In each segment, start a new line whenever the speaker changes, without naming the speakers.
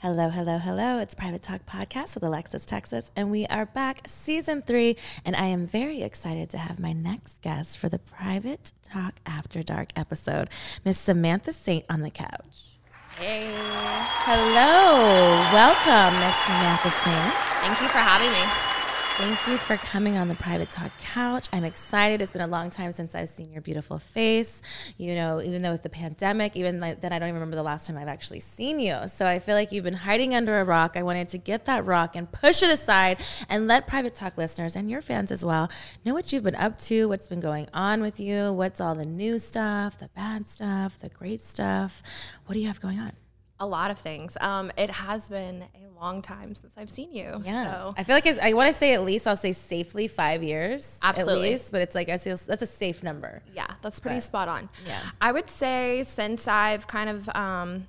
Hello, hello, hello. It's Private Talk Podcast with Alexis Texas, and we are back, season three. And I am very excited to have my next guest for the Private Talk After Dark episode, Miss Samantha Saint on the couch.
Hey,
Hello, welcome, Miss Samantha Saint.
thank you for having me.
Thank you for coming on the Private Talk couch. I'm excited. It's been a long time since I've seen your beautiful face. You know, even though with the pandemic, even like then I don't even remember the last time I've actually seen you. So I feel like you've been hiding under a rock. I wanted to get that rock and push it aside and let Private Talk listeners and your fans as well know what you've been up to, what's been going on with you, what's all the new stuff, the bad stuff, the great stuff. What do you have going on?
A lot of things. Um, it has been a long time since I've seen you.
Yeah,
So
I feel like it, I want to say at least I'll say safely five years.
Absolutely.
At least, but it's like I feel that's a safe number.
yeah, that's pretty
But-
spot on.
Yeah.
I would say since I've kind of um,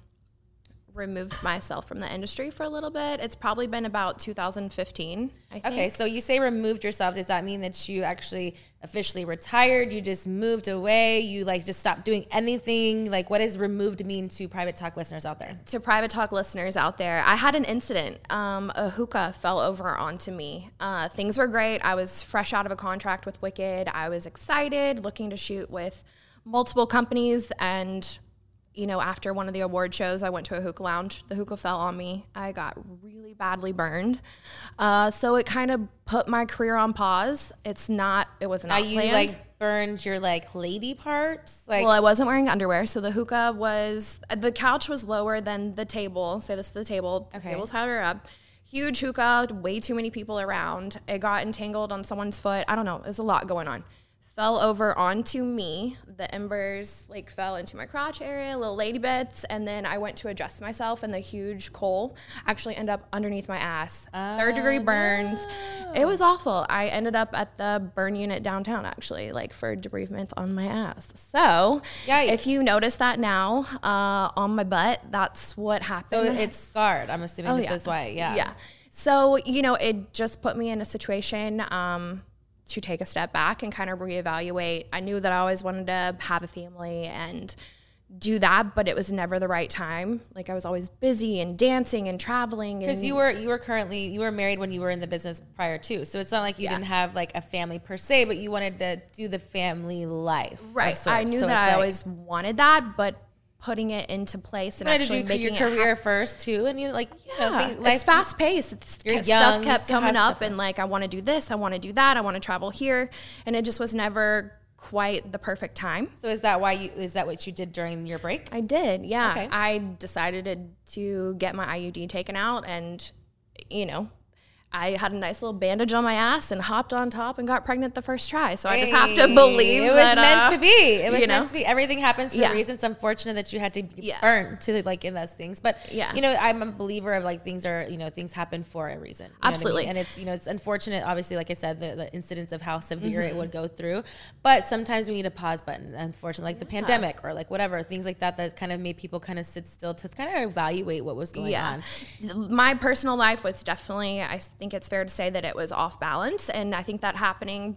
removed myself from the industry for a little bit, it's probably been about 2015. I think.
Okay, so you say removed yourself. Does that mean that you actually officially retired? You just moved away? You like just stopped doing anything? Like, what does removed mean to private talk listeners out there?
to private talk listeners out there, I had an incident. Um, a hookah fell over onto me. Uh, things were great. I was fresh out of a contract with Wicked. I was excited, looking to shoot with multiple companies. And, you know, after one of the award shows, I went to a hookah lounge. The hookah fell on me. I got really badly burned. Uh, so it kind of put my career on pause. It's not, it was
Now
not
you
planned.
like burned your like lady parts? Like,
Well, I wasn't wearing underwear, so the hookah was the couch was lower than the table. Say this is the table. The
Okay.
table's higher up. Huge hookah, way too many people around. It got entangled on someone's foot. I don't know. There's a lot going on. Fell over onto me. The embers like fell into my crotch area, little lady bits, and then I went to adjust myself, and the huge coal actually ended up underneath my ass. Third degree
Oh,
burns. It was awful. I ended up at the burn unit downtown actually, like for debridement on my ass. So
Yikes.
if you notice that now uh, on my butt, that's what
so
happened.
it's scarred. I'm assuming this
Oh, yeah.
is why. Oh, Yeah.
yeah. So you know, it just put me in a situation um, to take a step back and kind of reevaluate. I knew that I always wanted to have a family and do that, but it was never the right time. Like I was always busy and dancing and traveling.
Because
and
you were you were currently you were married when you were in the business prior too, so it's not like you didn't have like a family per se, but you wanted to do the family life. of
right. I
sorts.
knew
So
that
it's
I
like-
always wanted that, but putting it into place and
wanted to
actually
do your
making it
career first too, and you like you know,
Yeah,
think life
it's fast paced. It's,
You're
ca-
young,
stuff
you
kept
still have
coming
stuff
up, and like I want to do this, I want to do that, I want to travel here, and it just was never quite the perfect time.
So is that why you is that what you did during your break?
I did, yeah.
Okay.
I decided to- to get my IUD taken out, and you know, I had a nice little bandage on my ass and hopped on top and got pregnant the first try. So I just have to believe
it was
that,
meant
uh,
to be. It was
you
meant
know?
to be. Everything happens for
Yeah.
reasons. I'm fortunate that you had to be
Yeah.
burn to like in those things, but
Yeah.
you know, I'm a believer of like things are you know things happen for a reason. you know what I mean?
Absolutely.
and it's you know it's unfortunate. Obviously, like I said, the, the incidents of how severe
Mm-hmm.
it would go through, but sometimes we need a pause button. Unfortunately, like the pandemic or like whatever things like that that kind of made people kind of sit still to kind of evaluate what was going on.
Oh My personal life was definitely, I think it's fair to say that it was off balance. And I think that happening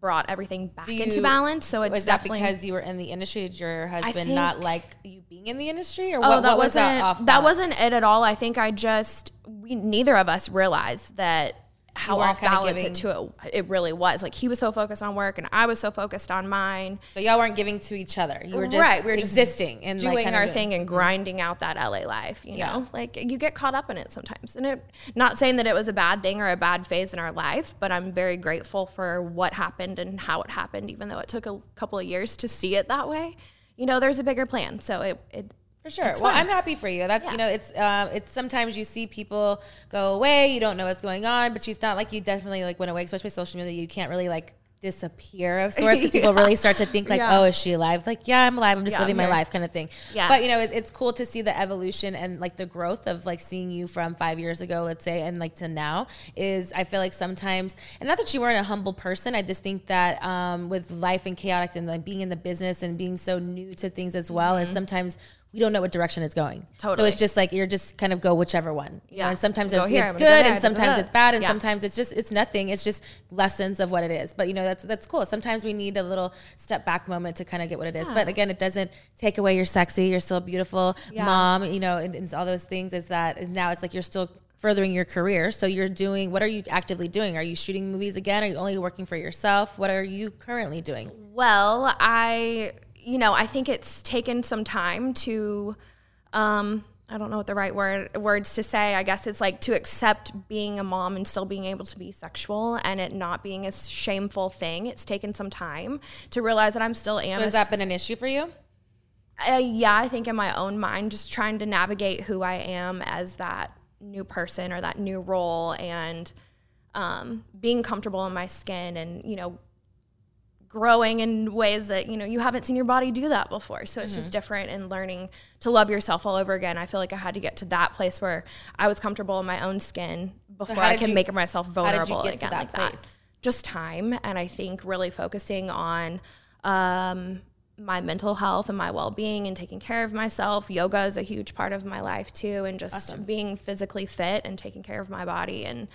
brought everything back
Do
into
you-
balance. So it's
was that
definitely.
because you were in the industry? Did your husband not
think-
like you being in the industry, or
Oh,
what, what
that
was
wasn't
that off?
that
balance?
wasn't it at all. I think I just we neither of us realized that how
weren't
off
kinda
balance
giving-
it to it, it really was. Like he was so focused on work and I was so focused on mine.
so. Y'all weren't giving to each other. You were just
Right, we were just
existing and like, Mm-hmm.
doing
kind
our
of-
thing and grinding out that LA life, you know? Like you get caught up in it sometimes. And it not saying that it was a bad thing or a bad phase in our life, but I'm very grateful for what happened and how it happened even though it took a couple of years to see it that way. You know, there's a bigger plan. So it, it
For sure. Well,
fine.
I'm happy for you. That's you
Yeah.
know, it's um, it's sometimes you see people go away. You don't know what's going on, but she's not like you. Definitely like went away, especially with social media. You can't really like disappear of sorts because people really start to think like,
Yeah.
oh, is she alive? Like, yeah, I'm alive. I'm just
Yeah,
living
I'm
my
here.
life kind of thing.
Yeah.
But you know, it, it's cool to see the evolution and like the growth of like seeing you from five years ago, let's say, and like to now is I feel like sometimes, and not that you weren't a humble person. I just think that um, with life and chaotic and like being in the business and being so new to things as well is sometimes we don't know what direction it's going. So
Mm-hmm. Totally.
it's just like, you're just kind of go whichever one. You know,
Yeah.
And sometimes
Go
it's,
here,
it's
I'm
good
gonna go there,
and sometimes
da-da-da.
it's bad and
Yeah.
sometimes it's just it's nothing. It's just lessons of what it is. But you know, that's that's cool. Sometimes we need a little step back moment to kind of get what it is. But again, it doesn't take away you're sexy, you're still a beautiful
Yeah.
mom, you know, and, and all those things is that and now it's like you're still furthering your career. So you're doing what are you actively doing? Are you shooting movies again? Are you only working for yourself? What are you currently doing?
Well, I, you know, I think it's taken some time to, um, I don't know what the right word words to say. I guess it's like to accept being a mom and still being able to be sexual and it not being a shameful thing. It's taken some time to realize that I'm still am.
So
a
has that been an issue for you?
uh, yeah, I think in my own mind, just trying to navigate who I am as that new person or that new role and um, being comfortable in my skin and, you know, growing in ways that, you know, you haven't seen your body do that before. So it's
Mm-hmm.
just different and learning to love yourself all over again. I feel like I had to get to that place where I was comfortable in my own skin before
how
I
did
could
you-
make myself
did you
vulnerable
get to
again
that
like
place?
that. Just time. And I think really focusing on, um, my mental health and my well-being and taking care of myself. Yoga is a huge part of my life too and just being physically fit and taking care of my body and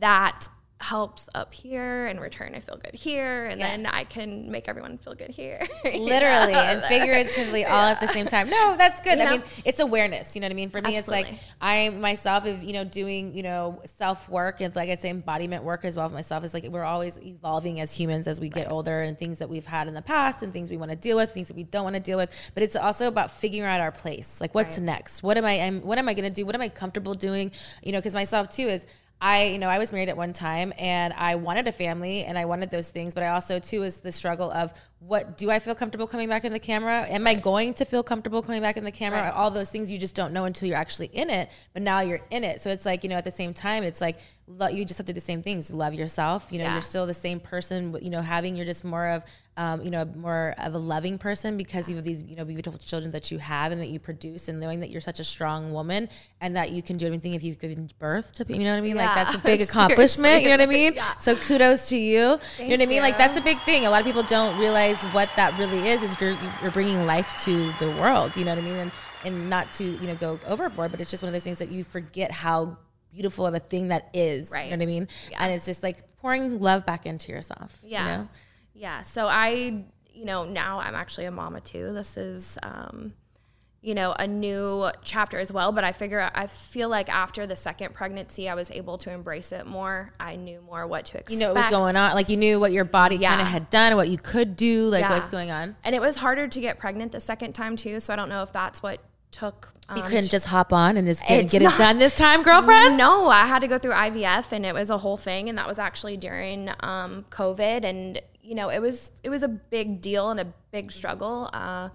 that helps up here and return I feel good here and then I can make everyone feel good here.
literally and figuratively all at the same time. No, that's good.
You
I
know?
mean, it's awareness. You know what I mean? For me, it's like
Absolutely.
I myself, if you know, doing you know self work and like I say, embodiment work as well for myself. Is like we're always evolving as humans as we get older, and things that we've had in the past, and things we want to deal with, things that we don't want to deal with. But it's also about figuring out our place. Like, what's next? What am I? I'm, what am I going to do? What am I comfortable doing? You know, because myself too is. I, you know, I was married at one time and I wanted a family and I wanted those things, but I also too is the struggle of what do I feel comfortable coming back in the camera? Am I going to feel comfortable coming back in the camera? All those things you just don't know until you're actually in it, but now you're in it. So it's like, you know, at the same time, it's like lo- you just have to do the same things. Love yourself, you know,
Yeah.
you're still the same person, but, you know, having you're just more of um, you know, more of a loving person because you have these, you know, beautiful children that you have and that you produce and knowing that you're such a strong woman and that you can do anything if you've given birth to, you know what I mean? Like
Yeah,
that's a big accomplishment. You know what I mean? So kudos to you. you know what I mean? Like
you.
that's a big thing. A lot of people don't realize what that really is. Is you're you're bringing life to the world. You know what I mean? And and not to you know go overboard, but it's just one of those things that you forget how beautiful of a thing that is. You
Right.
know what I mean? And it's just like pouring love back into yourself. you
Yeah.
know?
Yeah. So I, you know, now I'm actually a mama too. This is, um, you know, a new chapter as well. But I figure, I feel like after the second pregnancy, I was able to embrace it more. I knew more what to expect.
You know what was going on. Like you knew what your body
Yeah.
kind of had done, what you could do, like
Yeah.
what's going on.
And it was harder to get pregnant the second time too. So I don't know if that's what took. Um,
You couldn't just hop on and just get,
It's
get it
not-
done this time, girlfriend.
No, I had to go through IVF, and it was a whole thing, and that was actually during um, COVID, and you know, it was it was a big deal and a big struggle. Uh,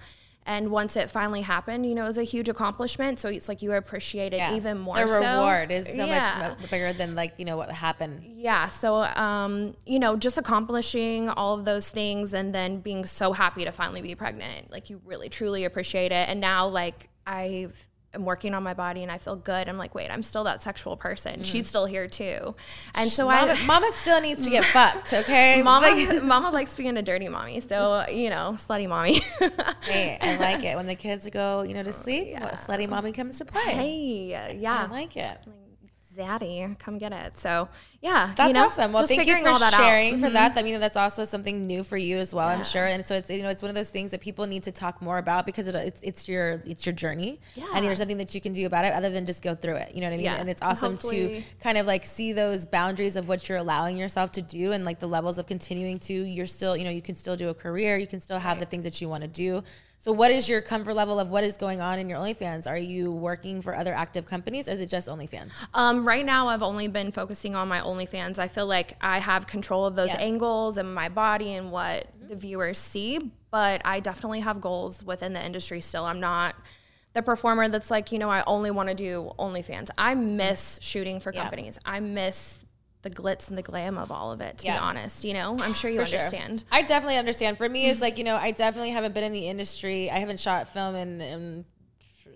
and once it finally happened, you know, it was a huge accomplishment. So it's like you appreciate it
Yeah.
even more.
The
so.
reward is so
Yeah.
much mo- bigger than like you know what happened.
Yeah. So, um, you know, just accomplishing all of those things and then being so happy to finally be pregnant. Like, you really, truly appreciate it. And now, like, I am working on my body and I feel good. I'm like, wait, I'm still that sexual person.
Mm.
She's still here too. And so
Mama,
I.
mama still needs to get fucked, okay?
Mama,
Like,
mama likes being a dirty mommy, so you know, slutty mommy.
hey, I like it when the kids go, you know, to sleep. What slutty mommy comes to play.
Oh, hey,
I
yeah,
like it.
zaddy, come get it. So, yeah, Mm-hmm.
That's
you know,
awesome. Well,
just
thank you
figuring
for
all that out.
sharing for that. I mean, that's also something new for you as well, I'm sure. And so it's you know it's one of those things that people need to talk more about because it, it's it's your it's your journey, and there's nothing that you can do about it other than just go through it. You know what I mean?
Yeah.
And it's awesome
Hopefully-
to kind of like see those boundaries of what you're allowing yourself to do and like the levels of continuing to. You're still you know you can still do a career, you can still have the things that you want to do. So what is your comfort level of what is going on in your OnlyFans? Are you working for other active companies, or is it just OnlyFans?
Um, right now, I've only been focusing on my OnlyFans. I feel like I have control of those
Yeah.
angles and my body and what the viewers see, but I definitely have goals within the industry still. I'm not the performer that's like, you know, I only want to do OnlyFans. I miss shooting for companies. I miss the glitz and the glam of all of it, to
Yeah.
be honest. You know, I'm sure you
For sure.
understand.
I definitely understand. For me, it's like, you know, I definitely haven't been in the industry. I haven't shot film in, in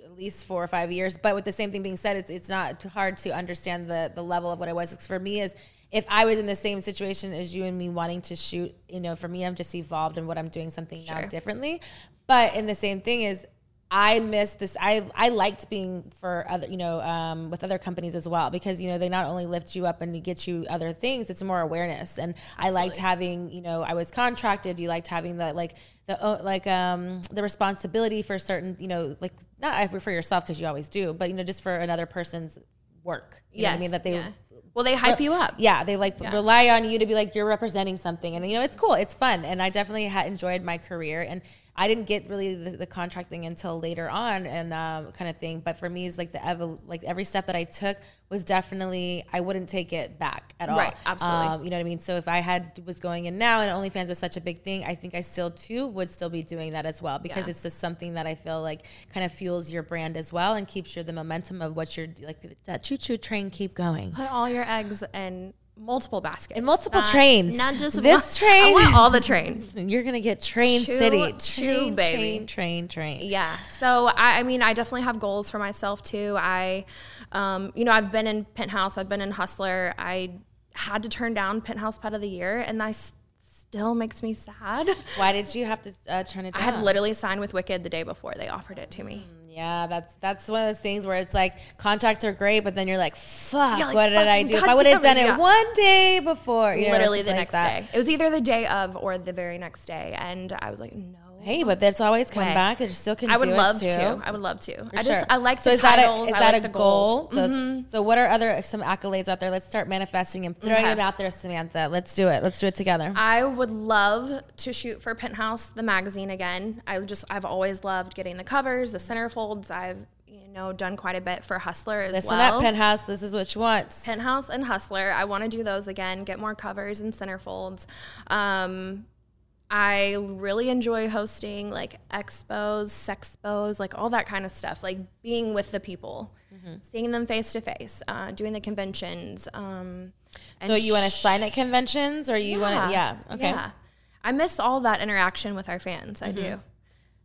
at least four or five years. But with the same thing being said, it's it's not too hard to understand the the level of what I was. 'Cause For me, is if I was in the same situation as you and me wanting to shoot, you know, for me, I'm just evolved in what I'm doing something now
Sure.
differently. But in the same thing is. I miss this. I, I liked being for other, you know, um, with other companies as well because you know they not only lift you up and get you other things. It's more awareness, and I liked having, you know, I was contracted. You liked having the like the o- like um the responsibility for certain, you know, like not I for yourself because you always do, but you know, just for another person's work. You know what I
Yes,
mean that they.
yeah. Well, they hype you up.
Yeah, they like rely on you to be like you're representing something, and you know it's cool, it's fun, and I definitely ha- enjoyed my career. And I didn't get really the, the contract thing until later on, and um, kind of thing. But for me, it's like the ev- like every step that I took was definitely I wouldn't take it back at all.
Right, absolutely.
Um, you know what I mean? So if I had was going in now, and OnlyFans was such a big thing, I think I still too would still be doing that as well because
Yeah.
it's just something that I feel like kind of fuels your brand as well and keeps your the momentum of what you're like that choo choo train keep going.
Put all your eggs in multiple baskets.
In multiple
not-
trains.
Not just
This
one-
train.
I want all the trains.
And You're gonna get Train
Choo-
City,
choo,
train,
baby.
train, train, train.
Yeah. So I, I mean, I definitely have goals for myself too. I, um, you know, I've been in Penthouse. I've been in Hustler. I had to turn down Penthouse Pet of the Year, and that s- still makes me sad.
Why did you have to uh, turn it
I
down?
had literally signed with Wicked the day before they offered it to me.
yeah, that's that's one of those things where it's like contracts are great, but then you're like, fuck,
Yeah, like,
what did I
fucking
do? If
God
I would have
damn
done
it,
it
yeah.
one day before, you know, or
literally the
something like
next
that.
day. It was either the day of or the very next day, and I was like, no.
Hey, but that's always come
Way.
back. They still can.
I would
do
love
it too.
to. I would love to. I just
Sure.
I like
so
the
is
titles.
that a,
I
is that
like
a
the
goal?
goals. Mm-hmm.
Those- So what are other some accolades out there? Let's start manifesting and throwing
Okay. Uh,
them out there, Samantha. Let's do it. Let's do it together.
I would love to shoot for Penthouse, the magazine again. I just I've always loved getting the covers, the centerfolds. I've you know done quite a bit for Hustler as
Listen
well.
up, Penthouse. This is what you want.
Penthouse and Hustler. I want to do those again. Get more covers and centerfolds. Um, I really enjoy hosting like expos, sexpos, like all that kind of stuff. Like being with the people,
Mm-hmm.
seeing them face to face, uh, doing the conventions. Um, and
so you want to
sh-
sign at conventions, or you want to? Yeah. Okay. Mm-hmm.
yeah. I miss all that interaction with our fans. I do.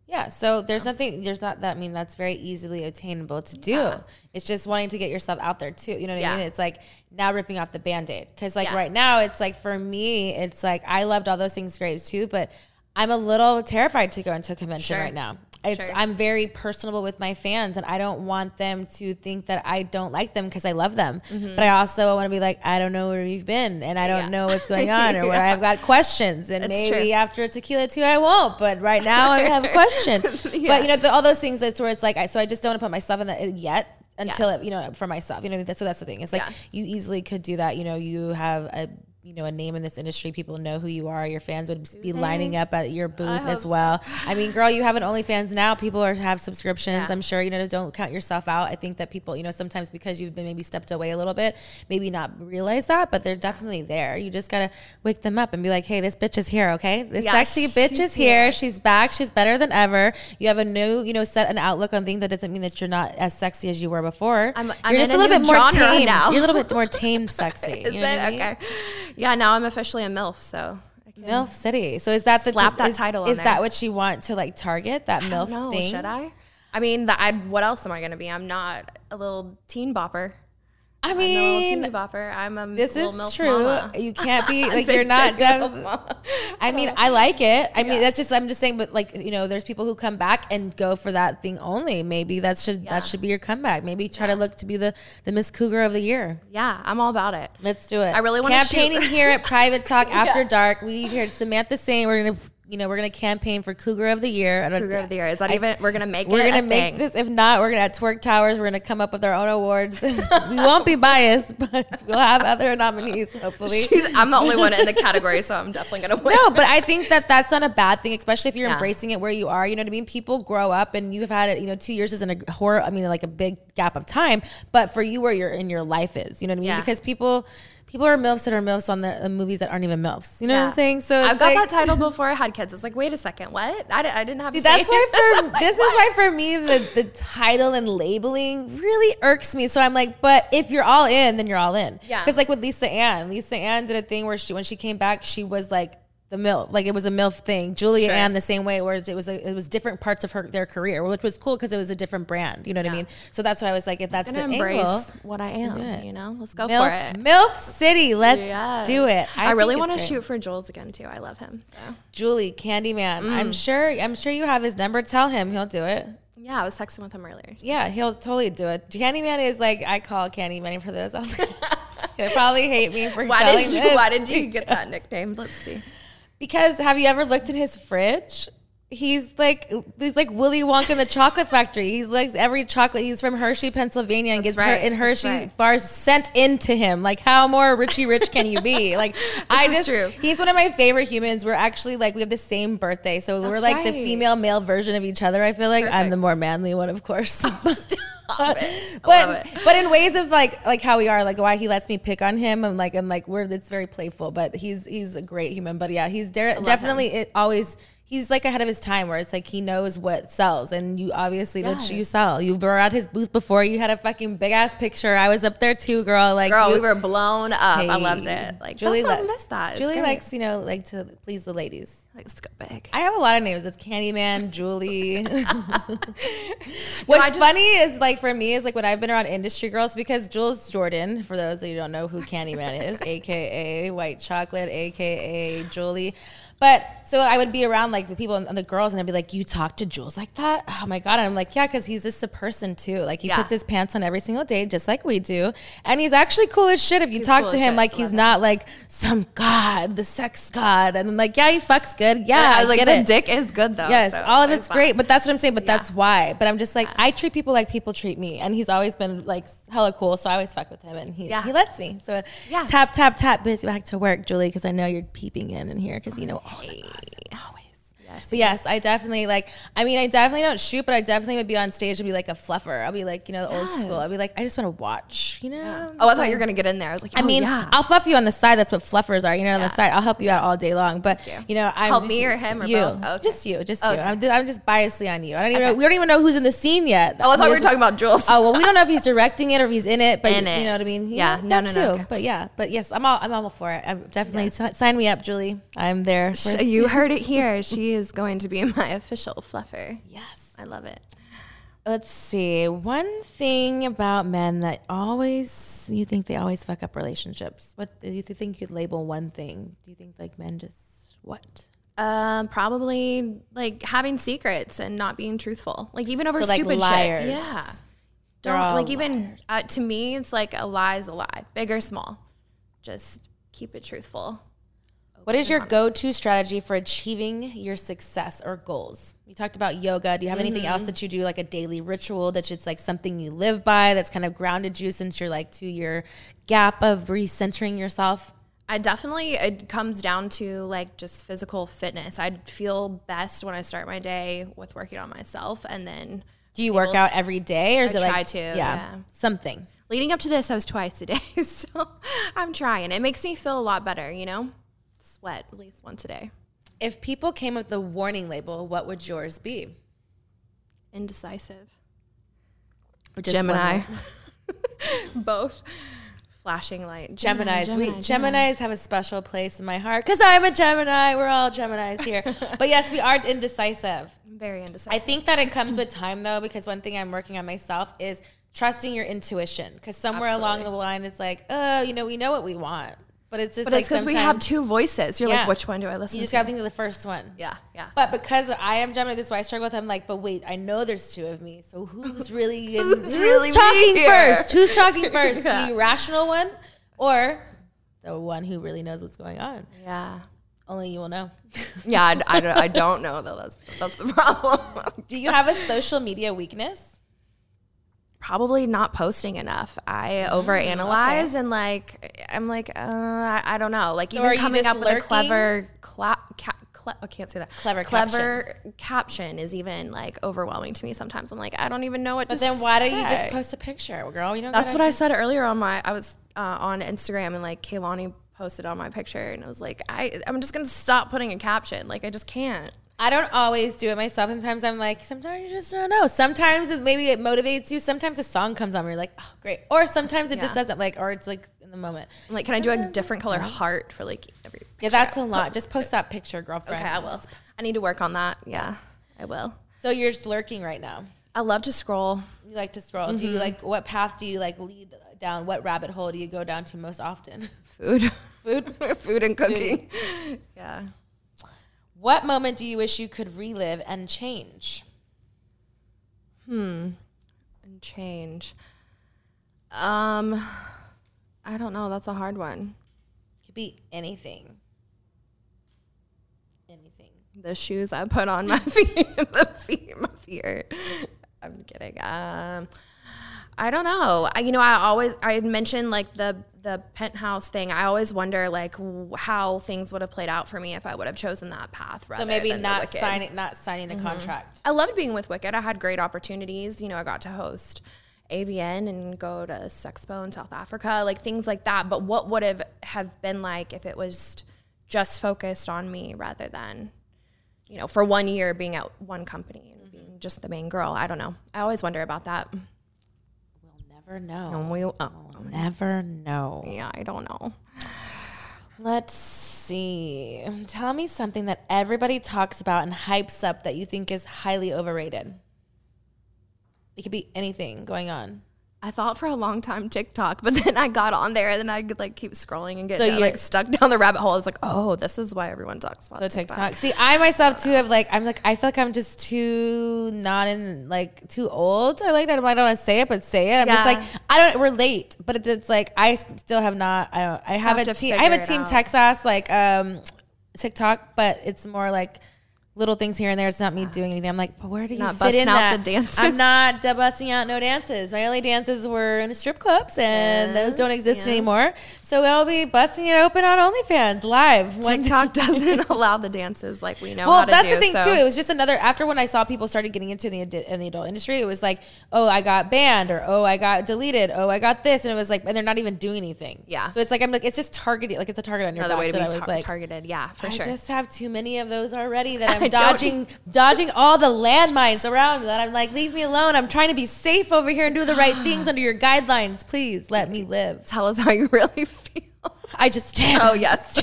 Yeah, so there's nothing, there's not that. I mean, that's very easily attainable to do. It's just wanting to get yourself out there too. You know what I
Yeah.
mean? It's like now ripping off the band aid. Cause like
Yeah.
right now, it's like for me, it's like I loved all those things great too, but I'm a little terrified to go into a convention
Sure.
right now. It's,
Sure.
I'm very personable with my fans and I don't want them to think that I don't like them because I love them. But I also want to be like, I don't know where you've been and I don't
Mm-hmm. Yeah.
know what's going on or where I've got questions. And
It's
maybe
true.
after tequila too, I won't. But right now, I have a question. But you know, the, all those things. That's where it's like, I, so I just don't want to put myself in that yet until it, you know, for myself. You know, that's, so that's the thing. It's like
Yeah.
you easily could do that. You know, you have a you know a name in this industry. People know who you are. Your fans would be lining up at your booth as well. I mean, girl, you have an OnlyFans now. People are have subscriptions.
Yeah.
I'm sure you know. Don't count yourself out. I think that people, you know, sometimes because you've been maybe stepped away a little bit, maybe not realize that, but they're definitely there. You just gotta wake them up and be like, hey, this bitch is here. Okay, this
Yeah,
sexy bitch
she's
is here. She's back. She's better than ever. You have a new, you know, set an outlook on things that doesn't mean that you're not as sexy as you were before.
I'm- I'm
you're just
in
a
a
little bit
new
more
genre
tamed.
now.
You're a little bit more tamed sexy.
Is
you
it
know what I mean?
okay? Yeah. Now I'm officially a milf. So I can-
MILF City. So is that the
Slap that
is-
title on
Is that
there.
what you want to like target that
I
MILF
don't know.
thing?
Should I? I mean, the, I, what else am I going to be? I'm not a little teen bopper.
I
I'm not a little
mean,
teeny bopper. I'm a
this
little
is
milf
true.
mama.
You can't be like
Big
you're not.
titty
def-
milf mama.
I mean, I like it. I mean, that's just I'm just saying. But like you know, there's people who come back and go for that thing only. Maybe that should
Yeah.
that should be your comeback. Maybe try to look to be the the Miss Cougar of the year.
Yeah, I'm all about it.
Let's do it.
I really wanna
campaigning
shoot.
here at Private Talk After Dark. We heard Samantha saying we're gonna you know we're gonna campaign for Cougar of the Year. I don't-
Cougar of the year. Is that
I-
even? We're gonna make it.
We're
a
gonna make
thing.
this. If not, we're gonna at Twerk Towers. We're gonna come up with our own awards. we won't be biased, but we'll have other nominees hopefully.
She's- I'm the only one in the category, so I'm definitely gonna win.
No, but I think that that's not a bad thing, especially if you're
Yeah.
embracing it where you are. You know what I mean? People grow up, and you've had it. You know, two years isn't a horror. I mean, like a big gap of time, but for you, where you're in your life is, you know what I mean?
Yeah.
Because people. people are milfs that are milfs on the uh, movies that aren't even milfs. You know what I'm
Yeah.
saying? So
I've
it's
got
like-
that title before I had kids. It's like, wait a second, what? I, di- I didn't have.
See,
to say
that's why
it.
for this is why for me the the title and labeling really irks me. So I'm like, but if you're all in, then you're all in.
Yeah.
Because like with Lisa Ann, Lisa Ann did a thing where she when she came back, she was like the milf, like it was a milf thing. Julia
Sure.
Ann the same way, where it was a, it was different parts of her their career, which was cool because it was a different brand. You know what I
Yeah.
mean? So that's why I was like, if that's
I'm
the
gonna embrace
angle,
what I
do
am.
it.
You know, let's go for
milf,
it.
milf City, let's
Yes.
do it.
I, really
think
want to
it's great.
shoot for Jules again too. I love him. So
Julie Candyman.
Mm.
I'm sure. I'm sure you have his number. Tell him he'll do it.
yeah, I was texting with him earlier. So.
Yeah, he'll totally do it. Candyman is like I call Candyman for those. out there. He'll probably hate me for
Why
telling
did you?
this.
Why did you get that nickname? Let's see.
Because have you ever looked in his fridge? He's like he's like Willy Wonka in the Chocolate Factory. He likes every chocolate. He's from Hershey, Pennsylvania, and
That's
gets her
right.
and
That's
Hershey
right.
bars sent into him. Like how more Richie Rich can you be? Like I
is
just
true.
he's one of my favorite humans. We're actually like we have the same birthday, so we're
That's
like the
right.
female male version of each other. I feel like I'm the
Perfect. Oh,
more manly one, of course.
Stop it. I love
but
it.
but in ways of like like how we are like why he lets me pick on him and like and like we're it's very playful but he's he's a great human but yeah he's de- definitely it always he's like ahead of his time where it's like he knows what sells and you obviously which you
Yes.
sell you were at his booth before you had a fucking big ass picture I was up there too girl like
Girl,
you-
we were blown up. I
Hey.
loved it. Like
Julie
Julie, that's how I
li-
missed that. It's
Julie
great.
likes you know like to please the ladies
like let's go big.
I have a lot of names. It's Candyman, Julie. What's
I just-
funny is like for me is like when I've been around industry girls because Jules Jordan, for those that you don't know who Candyman is, aka White Chocolate, aka Julie. But so I would be around like the people and the girls, and they'd be like, "You talk to Jules like that? Oh my god!" And I'm like, "Yeah, because he's just a person too. Like he
Yeah.
puts his pants on every single day, just like we do. And he's actually cool as shit if you talk
cool
to
as
him.
shit.
Like
I
he's
love it.
not like some god, the sex god. And I'm like, yeah, he fucks good. Yeah,
I was like,
get
the
it.
dick is good though.
Yes,
so
all of
it
it's
was fine.
great, but that's what I'm saying. But
Yeah.
that's why. But I'm just like, I treat people like people treat me, and he's always been like hella cool, so I always fuck with him, and he
Yeah.
he lets me. So
Yeah.
tap tap tap, busy back to work, Julie, because I know you're peeping in in here because
Oh,
you know all the gossip, always. Yes, yes, I definitely like. I mean, I definitely don't shoot, but I definitely would be on stage and be like a fluffer. I'll be like, you know, old school. I'll be like, I just want to watch, you know.
Oh, I thought you were gonna get in there. I was like,
I
oh,
mean,
yeah.
I'll fluff you on the side. That's what fluffers are, you know, on the
Yeah.
side. I'll help you out all day long. But you.
Thank you.
know, I'm
Help
just-
me or him or
you,
both? Okay.
just you, just you.
Okay.
I'm, I'm just biasly on you. I don't even know. We don't even know who's in the scene yet.
oh, I thought we
Who's-
were talking about Jules.
Oh well, we don't know if he's directing it or if he's in it, but
In
you,
it.
know what I mean.
Yeah, no,
that
no, no,
too.
okay.
But yeah, but yes, I'm all I'm all for it. I'm definitely si- sign me up, Julie. I'm there.
So
For,
you heard it here. She is going to be my official fluffer.
yes.
I love it.
Let's see. One thing about men that always you think they always fuck up relationships. What do you think you could label one thing? Do you think like men just what?
Um, probably like having secrets and not being truthful, like even over
So, like,
stupid
liars.
shit. Yeah,
They're
don't
all
like even
liars.
uh, to me, it's like a lie's a lie, big or small. Just keep it truthful.
What is your go-to strategy for achieving your success or goals? You talked about yoga. Do you have anything
Mm-hmm.
else that you do, like a daily ritual that's just like something you live by that's kind of grounded you since you're like two year gap of recentering yourself?
I definitely it comes down to like just physical fitness. I feel best when I start my day with working on myself, and then
Do you work
Able
out
to-
every day, or is
I
it like
try to, yeah.
something?
leading up to this, I was twice a day, so I'm trying. It makes me feel a lot better, you know. Sweat at least once a day.
If people came with the warning label, what would yours be?
Indecisive.
Just one
Gemini.
word.
Both. Flashing light.
Geminis. we
Gemini,
Geminis have a special place in my heart because I'm a Gemini. We're all Geminis here. but yes, we are indecisive.
Gemini. Very
I
indecisive.
think that it comes with time though, because one thing I'm working on myself is trusting your intuition. Because somewhere along
Absolutely.
the line, it's like, oh, you know, we know what we want, but it's just
but
like
it's because we have
sometimes
two voices. You're
Yeah.
like, which one do I listen
You just
to?
gotta think of the first one.
yeah, yeah.
But because I am Gemini, this is why I struggle with. it. I'm like, but wait, I know there's two of me. So who's really who's,
really me
talking
here?
first? Who's talking first?
Yeah.
The rational one, or the one who really knows what's going on?
yeah.
Only you will know.
Yeah, I, I don't, I don't know though. That's, that's the problem.
Do you have a social media weakness?
Probably not posting enough. I
Mm,
overanalyze and like, I'm like, uh, I, I don't know. Like
are
even
you
coming
just
up with a
lurking?
clever cla- ca- cle- I can't say that.
Clever
clever caption. is even like overwhelming to me sometimes. I'm like, I don't even know what
But
to
then why don't you
say.
just post a picture, girl? You know
That's what I said earlier on my. I was uh, on Instagram and like Kaylani posted on my picture and I was like, I I'm just gonna stop putting a caption. Like I just can't.
I don't always do it myself. Sometimes I'm like, sometimes you just don't know. Sometimes it, maybe it motivates you. Sometimes a song comes on, and you're like, oh, great. Or sometimes it just
Yeah.
doesn't, like, or it's like in the moment.
I'm like, can I do a different color heart for like every?
Yeah,
picture I
that's a lot.
post?
Just post that picture, girlfriend.
okay, I will. I need to work on that. Yeah, I will.
So you're just lurking right now.
I love to scroll.
You like to scroll. Do you
Mm-hmm.
like what path do you like lead down? What rabbit hole do you go down to most often?
Food,
Food.
food and cooking. Yeah.
What moment do you wish you could relive and change?
and change. Um, I don't know. That's a hard one.
Could be anything. Anything.
The shoes I put on my feet, the feet, my feet. hurt. I'm kidding. Um, I don't know. I, you know, I always I had mentioned like the the penthouse thing. I always wonder like w- how things would have played out for me if I would have chosen that path. Rather
So maybe
than the
not
Wicked. Mm-hmm.
signing not signing a contract.
I loved being with Wicked. I had great opportunities. You know, I got to host AVN and go to Sexpo in South Africa, like things like that. But what would have have been like if it was just focused on me rather than, you know, for one year being at one company and
Mm-hmm.
being just the main girl? I don't know. I always wonder about that.
We'll never know.
And we, uh,
We'll never know.
yeah, I don't know.
Let's see. Tell me something that everybody talks about and hypes up that you think is highly overrated. It could be anything going on.
I thought for a long time TikTok, but then I got on there and then I could like keep scrolling and get
So
down-
you-
like stuck down the rabbit hole. I was like, oh, this is why everyone talks about
So TikTok. See, I myself too have like I'm like I feel like I'm just too not in like too old. I like that. I don't want to say it, but say it. I'm just
Yeah.
like I don't relate, but it's, it's like I s- still have not. I don't. I have
have
a
to
team. I have
figure
a
it
team
out.
Texas like um TikTok, but it's more like. Little things here and there. It's not me doing anything. I'm like, but where do you
Not
fit in
busting out
that?
the dances.
I'm not da- busting out no dances. My only dances were in strip clubs, and those don't exist anymore. So I'll be busting it open on OnlyFans live one
TikTok doesn't allow the dances like we know how
well,
to
that's
do.
the thing
so.
too. It was just another after when I saw people started getting into the adi- in the adult industry. It was like, oh, I got banned, or oh, I got deleted, oh, I got this, and it was like, and they're not even doing anything.
Yeah.
So it's like I'm like, it's just targeted. Like it's a target on your
another
back
way to
that
be
I was
tar-
like.
targeted. Yeah, for
I
sure.
just have too many of those already that I'm
don't-
dodging, dodging all the landmines around. That I'm like, leave me alone. I'm trying to be safe over here and do the right things under your guidelines. Please let me live.
Tell us how you really feel.
I just damn.
Oh
it,
yes.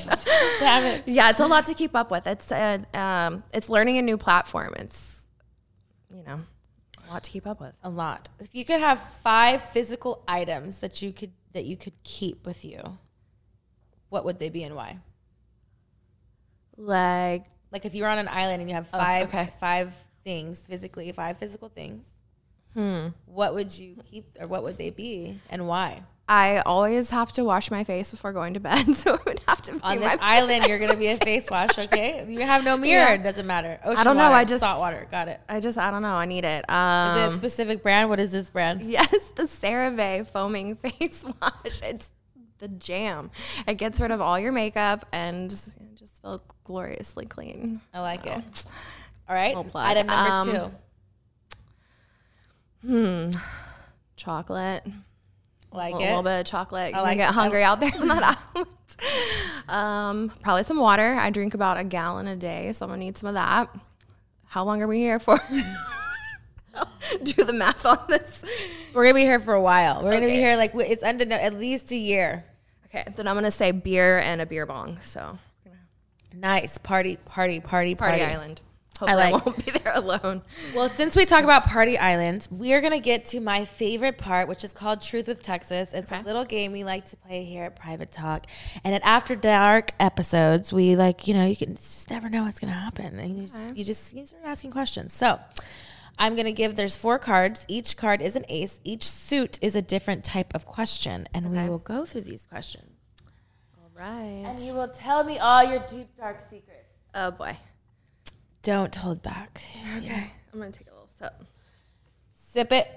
damn it.
yeah, it's a lot to keep up with. It's uh, um, it's learning a new platform. It's you know a lot to keep up with.
a lot. If you could have five physical items that you could that you could keep with you, what would they be and why?
Like
Like if you were on an island and you have five
Oh, okay.
five things physically, five physical things.
Hmm.
What would you keep or what would they be and why?
I always have to wash my face before going to bed, so it would have to be
On
my
this island, you're gonna be a face wash, okay? You have no mirror. It doesn't matter. Ocean
don't know,
water,
I just-
salt water. Got it.
I just I don't know. I need it.
Is
Um,
it a specific brand? What is this brand?
Yes, the CeraVe foaming face wash. It's the jam. It gets rid of all your makeup and you just feel gloriously clean.
I like it. All right.
Little plug.
Item number
Um,
two.
Chocolate.
Like
a
it.
little bit of chocolate.
I
I
like
get
it.
hungry out there on that island. Um, probably some water. I drink about a gallon a day, so I'm gonna need some of that. How long are we here for? Do the math on this.
We're gonna be here for a while. We're gonna be
Okay.
here like it's under at least a year.
Okay, then I'm gonna say beer and a beer bong. So
Nice party, party, party, party,
party, island. Hopefully I,
like-
won't be there alone.
Well, since we talk about Party Island, we are gonna get to my favorite part, which is called Truth with Texas. It's a
Okay.
little game we like to play here at Private Talk, and at After Dark episodes, we like you know you can just never know what's gonna happen, and you just, you just you start asking questions. So. I'm gonna give. There's four cards. Each card is an ace. Each suit is a different type of question, and we
Okay.
will go through these questions.
All right.
And you will tell me all your deep, dark secrets.
Oh boy.
Don't hold back.
Okay. I'm gonna take a little sip.
Sip it.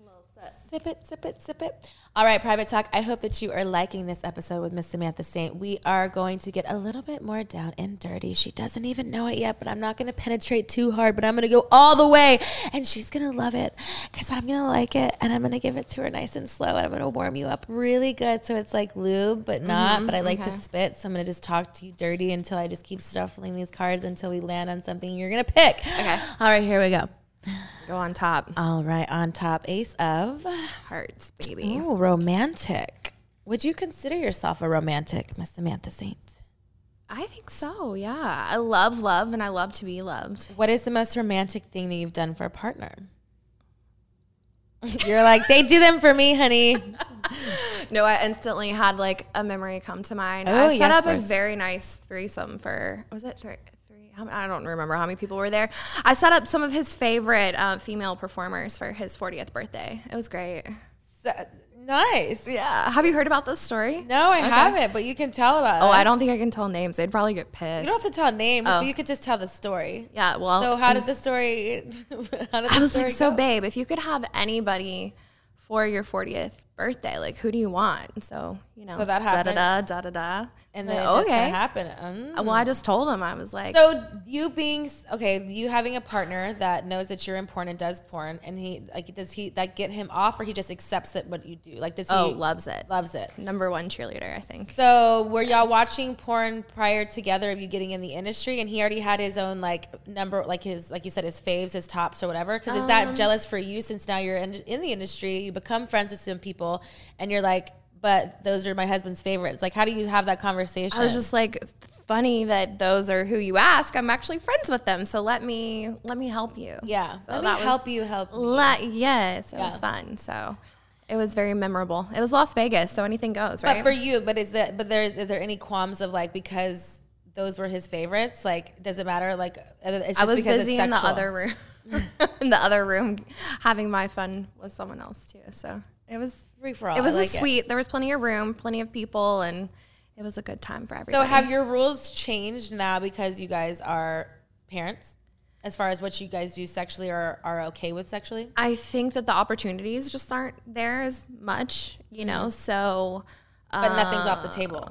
A little sip.
Sip it, sip it, sip it. All right, Private Talk. I hope that you are liking this episode with Miss Samantha Saint. We are going to get a little bit more down and dirty. She doesn't even know it yet, but I'm not going to penetrate too hard, but I'm going to go all the way. And she's going to love it because I'm going to like it and I'm going to give it to her nice and slow and I'm going to warm you up really good. So it's like lube,
Mm-hmm,
but not. but I like to spit. So I'm going to just talk to you dirty until I just keep shuffling these cards until we land on something you're going to pick.
Okay.
All right, here we go.
Go on top.
All right, on top, ace of.
Hearts, baby.
Ooh, romantic. Would you consider yourself a romantic, Miss Samantha Saint?
I think so. Yeah. I love love and I love to be loved.
What is the most romantic thing that you've done for a partner? You're like, they do them for me, honey.
No, I instantly had like a memory come to mind.
Oh,
I set
yes,
up a
yes.
very nice threesome for was it three? three- how many- I don't remember how many people were there. I set up some of his favorite uh, female performers for his 40th birthday. It was great.
So- nice.
Yeah. Have you heard about this story?
No, I haven't, but you can tell about
Oh,
it.
I don't think I can tell names. They'd probably get pissed.
You don't have to tell names, but you could just tell the story.
yeah. Well,
So, how did the story? how did the
I was
story
like, so
go?
babe, if you could have anybody for your 40th birthday, like who do you want? And so, you know,
So that happened?
Da da da da da.
And then
Like,
it just kind of happened. Mm.
Well, I just told him I was like,
So you being okay, you having a partner that knows that you're in porn and does porn, and he like does he that get him off, or he just accepts it what you do? Like does he
oh, loves it.
loves it?
Number one cheerleader, I think.
So were y'all watching porn prior together of you getting in the industry, and he already had his own like number, like his like you said his faves, his tops or whatever? Because is
Um.
that jealous for you since now you're in, in the industry, you become friends with some people, and you're like, but those are my husband's favorites. Like how do you have that conversation?
I was just like, funny that those are who you ask. I'm actually friends with them, so let me let me help you.
yeah,
So
let
that
me
was-
help you help. me.
Let, yes, it
Yeah.
was fun. So it was very memorable. It was Las Vegas, so anything goes, right?
But for you, but is that but there's is there any qualms of like because those were his favorites? Like, does it matter? Like, uh, it's just
I was
because
busy
it's
in the
sexual.
other room, in the other room, having my fun with someone else too. So it was
free for all.
it was
I
a
like
sweet. There was plenty of room, plenty of people, and it was a good time for
So
everybody.
have your rules changed now because you guys are parents, as far as what you guys do sexually or are okay with sexually?
I think that the opportunities just aren't there as much,
Mm-hmm.
you know. So
But nothing's off the
Uh,
table.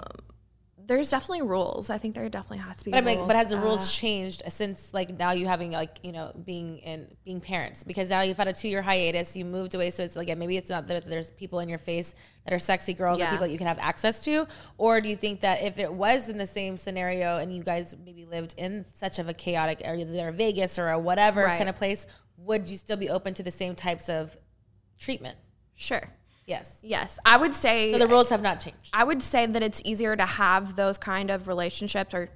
there's definitely rules. I think there definitely has to be.
But, I'm like, but
rules. Uh,
has the rules changed since like now you having like you know being in being parents because now you've had a two year hiatus you moved away so it's like yeah, maybe it's not that there's people in your face that are sexy girls or
Yeah.
people that you can have access to or do you think that if it was in the same scenario and you guys maybe lived in such of a chaotic area there Vegas or a whatever
Right.
kind of place would you still be open to the same types of treatment
sure.
yes
Yes, I would say
so the rules have not changed
I would say that it's easier to have those kind of relationships or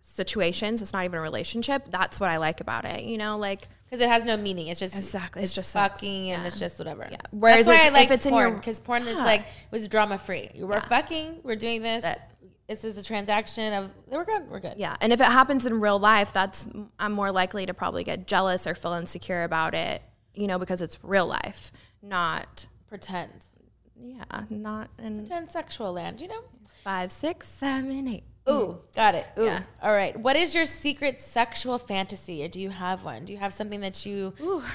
situations. It's not even a relationship. That's what I like about it. You know, like
because it has no meaning it's just
Exactly. It's just sex.
fucking and it's just whatever. Yeah.
Whereas
That's why
it's-
I
if
liked
it's in
porn
your-
because porn is
Yeah.
like was drama free. We're fucking. We're doing this.
That-
This is a transaction of we're good. We're good.
yeah. And if it happens in real life, that's I'm more likely to probably get jealous or feel insecure about it. You know, because it's real life, not
Pretend.
yeah, not in
Pretend sexual land. You know.
five, six, seven, eight.
Ooh, got it. Ooh.
Yeah.
All right. What is your secret sexual fantasy, or do you have one? Do you have something that you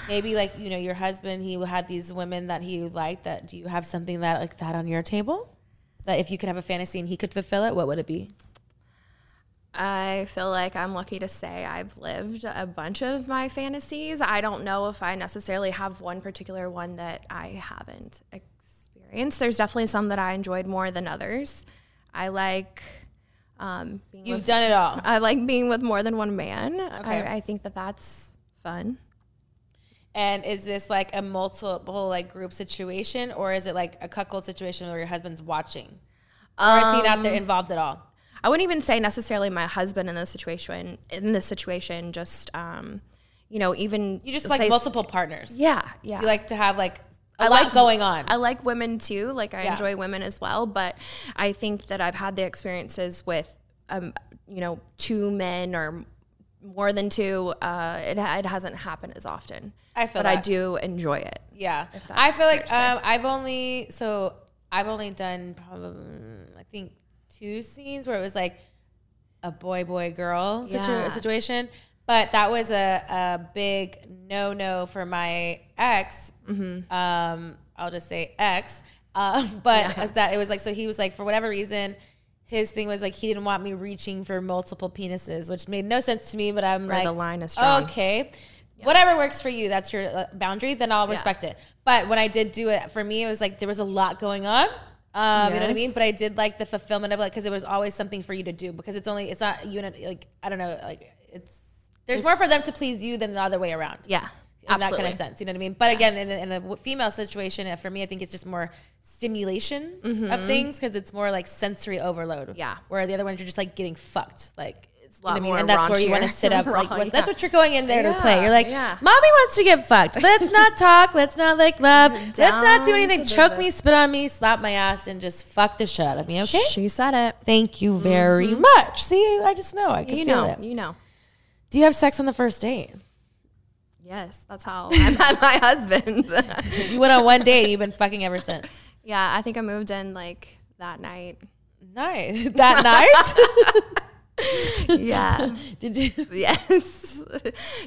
maybe like? You know, your husband he had these women that he liked. That do you have something that like that on your table? That if you could have a fantasy and he could fulfill it, what would it be?
I feel like I'm lucky to say I've lived a bunch of my fantasies. I don't know if I necessarily have one particular one that I haven't experienced. There's definitely some that I enjoyed more than others. I like um, being
You've
with,
done it all.
I like being with more than one man.
Okay.
I, I think that that's fun.
And is this like a multiple like group situation, or is it like a cuckold situation where your husband's watching, or is he
Um,
not there involved at all?
I wouldn't even say necessarily my husband in this situation. In this situation, just um, you know, even
You just
say-
like multiple partners.
Yeah, yeah.
You like to have like a
I
lot
like-
going on.
I like women too. Like I
Yeah.
enjoy women as well, but I think that I've had the experiences with, um, you know, two men or more than two. Uh, it, it hasn't happened as often.
I feel
but I
that.
do enjoy it.
yeah,
that's
I feel
fair
like
to say.
um, I've only so I've only done probably I think two scenes where it was like a boy boy girl situ-
Yeah.
situation. But that was a, a big no no for my ex.
Mm-hmm.
Um, I'll just say ex. Uh, but as that it was like, so he was like, for whatever reason, his thing was like, he didn't want me reaching for multiple penises, which made no sense to me. But I'm
where
like,
the line is drawn.
okay. Whatever works for you, that's your uh, boundary, then I'll respect it. But when I did do it, for me, it was like there was a lot going on. Um, You know what I
Yes.
mean? But I did like the fulfillment of like, because it was always something for you to do because it's only, it's not you and like, I don't know, like it's, there's more for them to please you than the other way around.
Yeah.
In that kind of sense, you know what I mean. But again, in a, in a w- female situation, uh, for me, I think it's just more stimulation of things because it's more like sensory overload.
Mm-hmm, Yeah.
where the other ones are just like getting fucked. Like it's
a lot more
and that's where you want to
raunchier.
sit up. like,
Raw,
what-
yeah.
That's what you're going in there to play.
Yeah,
You're like,
yeah.
mommy wants to get fucked. Let's not talk. Let's not like love. Let's not
Down
do
to
anything.
the
Choke
bit.
me, spit on me, slap my ass, and just fuck the shit out of me. Okay.
She said it.
Thank you very much. See, I just know. I can
Mm-hmm. You
feel
know,
it.
you know.
Do you have sex on the first date?
Yes, that's how I met my husband.
You went on one date. You've been fucking ever since.
yeah, I think I moved in like that night.
Nice. That night?
Yeah.
Did you?
yes.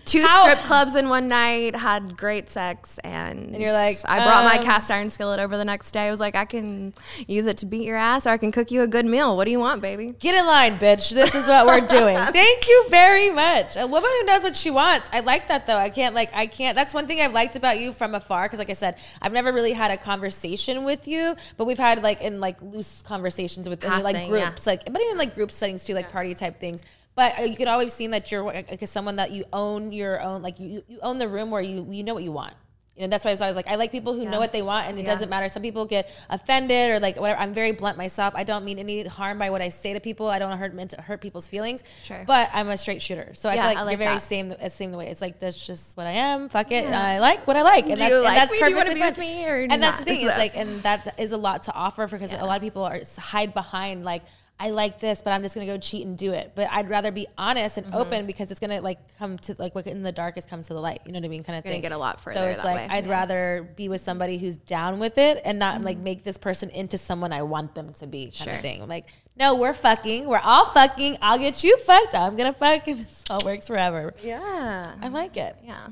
Two strip clubs in one night, had great sex and,
you're like,
I brought my
um,
cast iron skillet over the next day. I was like, I can use it to beat your ass or I can cook you a good meal. What do you want, baby?
Get in line, bitch. This is what we're doing. Thank you very much. A woman who knows what she wants. I like that though. I can't like I can't. That's one thing I've liked about you from afar because like I said, I've never really had a conversation with you, but we've had like in like loose conversations with in, like
Passing, yeah.
groups, like but even like group settings too, like party type things. But uh, you can always see that you're like like, someone that you own your own like you you own the room where you you know what you want. You know, that's why I was always like, I like people who know what they want and it
Yeah.
doesn't matter. Some people get offended or like whatever. I'm very blunt myself. I don't mean any harm by what I say to people. I don't hurt meant to hurt people's feelings.
Sure.
But I'm a straight shooter. So I
Yeah,
feel like,
I
you're
like
very
that.
same as same the way. It's like that's just what I am. Fuck it. And I like what I like. And
Do you like me? Do you wanna
perfectly
be with
fine.
me or
And that's the
not?
thing, is
So-
like and that is a lot to offer because a lot of people are hide behind like I like this, but I'm just gonna go cheat and do it. But I'd rather be honest
Mm-hmm.
and open because it's gonna like come to like what in the darkest comes to the light. You know what I mean? Kind of
Gonna
thing.
get a lot
So
further
it's
that
like
way.
I'd rather be with somebody who's down with it and not like make this person into someone I want them to be kind of
Sure.
thing. I'm like, no, we're fucking. We're all fucking. I'll get you fucked. I'm gonna fuck, and this all works forever.
Yeah.
I like it.
Yeah.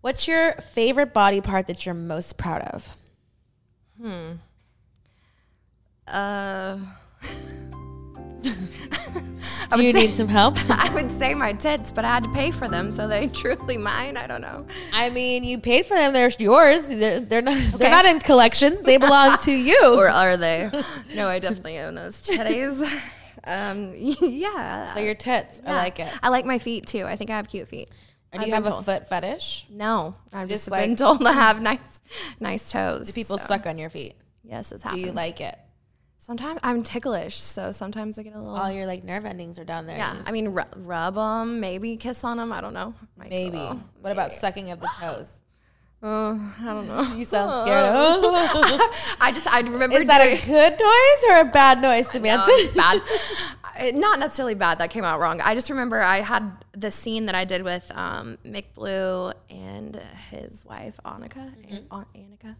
What's your favorite body part that you're most proud of?
Uh,
Do you need some help?
I would say my tits, but I had to pay for them, so they truly mine. I don't know.
I mean, you paid for them. They're yours. They're, they're not. They're
Okay.
not in collections. They belong to you.
Or are they? no, I definitely own those titties. um, yeah.
so your tits. I
Yeah.
like it.
I like my feet too. I think I have cute feet.
Or
I've
do you
been
have a
told.
foot fetish?
No, I've
Just
just, been
like-
told to have nice, nice toes.
Do people
so-
suck on your feet?
Yes, it's
Do
happened.
you like it?
Sometimes I'm ticklish, so sometimes I get a little.
All your like nerve endings are down there.
yeah, I mean, ru- rub them, maybe kiss on them. I don't know. Might get a
Oh, Maybe.
little-
What about sucking of the toes?
Oh, I don't know.
You sound scared. Oh.
I just I remember
Is that
doing-
a good noise or a bad noise,
No,
Samantha?
it's Um, bad. Uh, Not necessarily bad. That came out wrong. I just remember I had the scene that I did with um, Mick Blue and his wife Annika. An- An- Annika.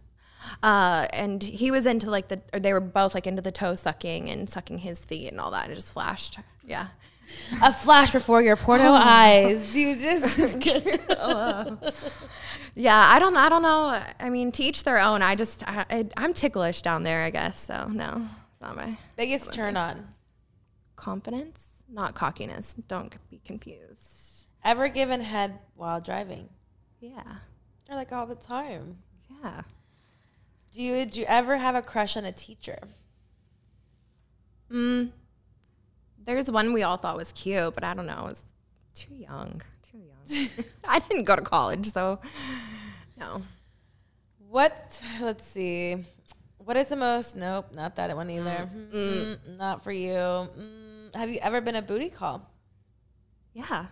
Uh, and he was into like the, or they were both like into the toe sucking and sucking his feet and all that. And it just flashed. Yeah.
a flash before your porno eyes. Oh. You just
Yeah. I don't, I don't know. I mean, to each their own. I just, I, I, I'm ticklish down there, I guess. So no, it's not my
biggest turn on.
confidence, not cockiness. Don't be confused.
Ever given head while driving?
Yeah.
Or like all the time.
Yeah.
Do you did you ever have a crush on a teacher?
There's one we all thought was cute, but I don't know. I was too young. Too young. I didn't go to college, so no.
What? Let's see. What is the most? Nope, not that one either. Mm, not for you. Mm, have you ever been a booty call?
Yeah.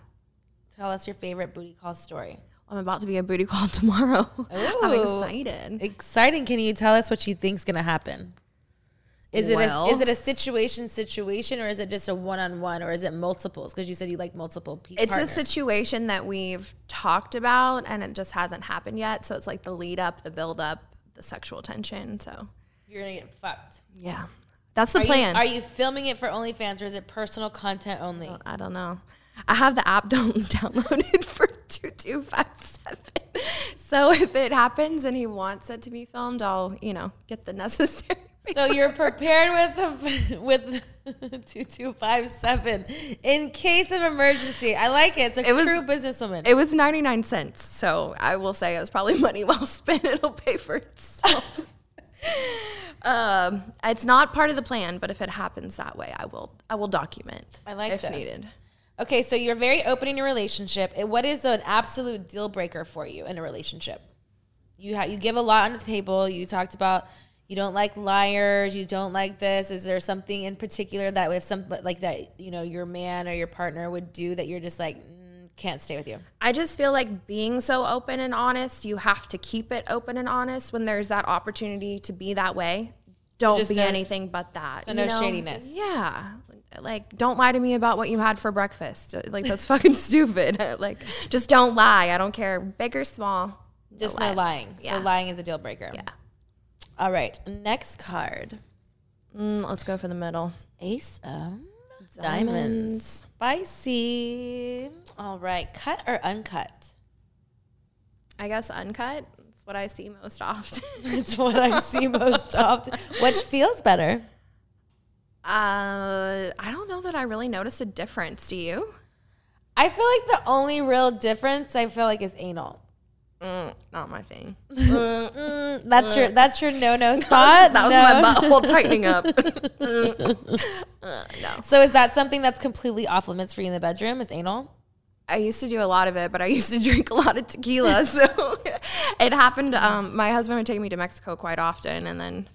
Tell us your favorite booty call story.
I'm about to be a booty call tomorrow. I'm
Ooh.
excited.
Exciting. Can you tell us what you think's going to happen? Is it a,
Well-
is it a situation situation or is it just a one on one or is it multiples? Because you said you like multiple people.
It's a situation that we've talked about and it just hasn't happened yet. So it's like the lead up, the build up, the sexual tension. So
You're gonna get fucked.
yeah. That's the
Are you,
plan. Oh.
are you filming it for OnlyFans or is it personal content only?
I don't know. I have the app down downloaded for 2257. So if it happens and he wants it to be filmed, I'll, you know, get the necessary.
So you're prepared with the, with two two five seven in case of emergency. I like it. It's a
It was-
true businesswoman.
It was 99 cents. So I will say it was probably money well spent. It'll pay for itself. um, it's not part of the plan, but if it happens that way, I will I will document
I like
if
this.
needed.
okay, so you're very open in your relationship. It- What is an absolute deal breaker for you in a relationship? You ha- you give a lot on the table. You talked about you don't like liars. You don't like this. Is there something in particular that if some like that you know your man or your partner would do that you're just like mm, can't stay with you?
I just feel like being so open and honest, you have to keep it open and honest when there's that opportunity to be that way. Don't
just
be
no-
anything but that.
so no shadiness.
Yeah. Like, don't lie to me about what you had for breakfast. Uh, Like, that's fucking stupid. like, just don't lie. I don't care, big or small.
Just no
lies.
lying.
Yeah.
So lying is a deal breaker.
Yeah.
All right. Next card.
Mm, let's go for the middle.
Ace of diamonds.
Diamonds.
Spicy. All right. Cut or uncut?
I guess uncut. That's what I see most often.
That's what I see most often. Which feels better?
uh, I don't know that I really notice a difference. Do you?
I feel like the only real difference I feel like is anal.
Mm, not my thing.
Mm, That's your that's your no no spot.
That was
No.
my butthole tightening up.
So is that something that's completely off limits for you in the bedroom? Is anal?
I used to do a lot of it, but I used to drink a lot of tequila. So it happened. Um, my husband would take me to Mexico quite often. And then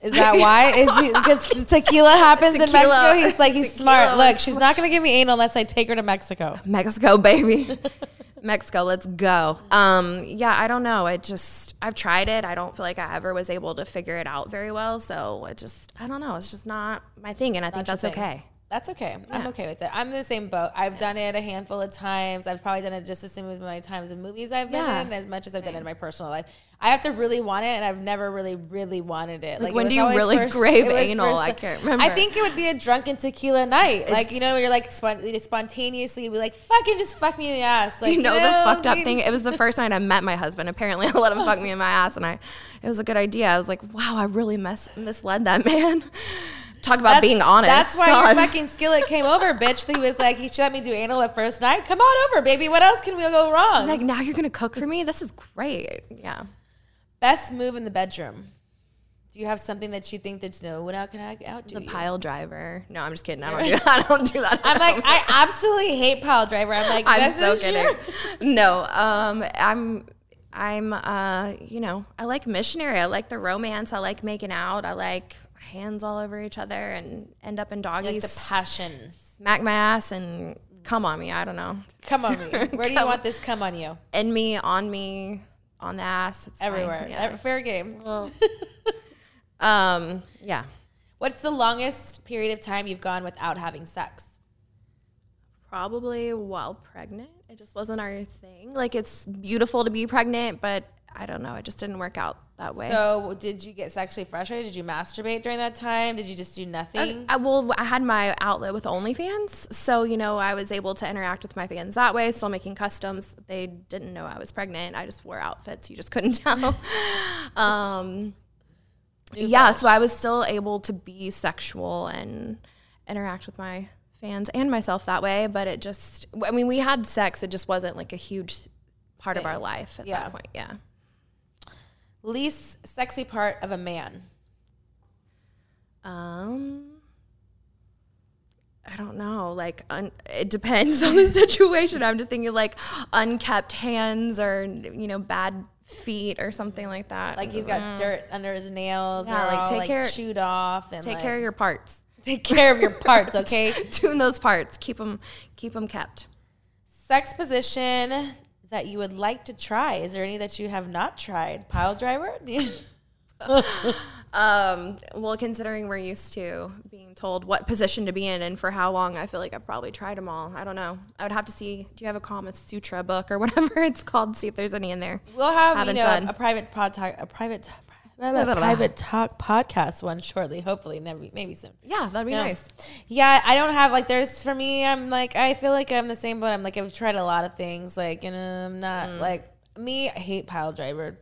Is that why? Is because tequila happens in
Tequila.
Mexico? He's like he's
Tequila
smart. Look,
was
she's not gonna give me anal unless I take her to Mexico.
Mexico, baby. Mexico, let's go. Um, yeah, I don't know. It just, I've tried it. I don't feel like I ever was able to figure it out very well. So it just, I don't know. It's just not my thing. And I think
your
that's
thing.
okay.
That's okay. I'm okay with it. I'm in the same boat. I've done it a handful of times. I've probably done it just the same as many times in movies I've been
Yeah.
in, as much as I've done it in my personal life. I have to really want it, and I've never really, really wanted it. Like, it
when
was
do you
always
really
first-
crave
it was
anal? I can't remember.
I think it would be a drunken tequila night. like you know, you're like spon- spontaneously be like, "Fucking just fuck me in the ass." Like
you know
no,
the fucked up
we-
thing. It was the first night I met my husband. Apparently, I let him fuck me in my ass, and I, it was a good idea. I was like, wow, I really mess, misled that man. Talk about
That's-
being honest.
That's why
God.
your fucking skillet came over, bitch. He was like, he should let me do anal at first night. Come on over, baby. What else can we go wrong?
Like now you're gonna cook for me. This is great. Yeah.
Best move in the bedroom. Do you have something that you think that no one out can out- outdo
The
you?
pile driver. No, I'm just kidding. I don't do that. I don't do that.
I'm like, I absolutely hate pile driver. I'm like,
I'm
this
so
is
kidding.
your-
No, um, I'm, I'm, uh, you know, I like missionary. I like the romance. I like making out. I like hands all over each other and end up in doggies.
Like the passion.
smack my ass and come on me. I don't know.
Come on me. Where do you want this come on you?
In me, on me, on the ass. It's fine.
Everywhere.
Yeah.
Fair game.
Um, yeah.
What's the longest period of time you've gone without having sex?
Probably while pregnant. It just wasn't our thing. Like it's beautiful to be pregnant, but I don't know. It just didn't work out that way.
So, did you get sexually frustrated? Did you masturbate during that time? Did you just do nothing?
I, well, I had my outlet with OnlyFans, so you know I was able to interact with my fans that way. Still making customs. They didn't know I was pregnant. I just wore outfits. You just couldn't tell. um, yeah, so I was still able to be sexual and interact with my fans and myself that way. But it just, I mean, we had sex. It just wasn't like a huge part of our life at
Yeah.
that point. Yeah.
Least sexy part of a man.
Um, I don't know. Like, un- it depends on the situation. I'm just thinking like unkept hands or you know bad feet or something like that.
Like he's got dirt under his nails.
Mm. Yeah,
Yeah,
like,
like
take
like
care-
chewed off and
take
like,
care of your parts.
take care of your parts, okay?
Tune those parts. Keep them. Keep them kept.
Sex position that you would like to try. Is there any that you have not tried? Pile driver?
Um, well, considering we're used to being told what position to be in and for how long, I feel like I've probably tried them all. I don't know. I would have to see. Do you have a Kama Sutra book or whatever it's called? See if there's any in there.
we'll have,
Haven't
you know
done.
a private pod talk, a private t- I have a private talk podcast one shortly, hopefully, never, maybe soon.
Yeah, that'd be
Yeah.
nice.
Yeah, I don't have like there's for me. I'm like I feel like I'm the same, but I'm like I've tried a lot of things. Like you know, I'm not
Mm.
like me. I hate pile driver.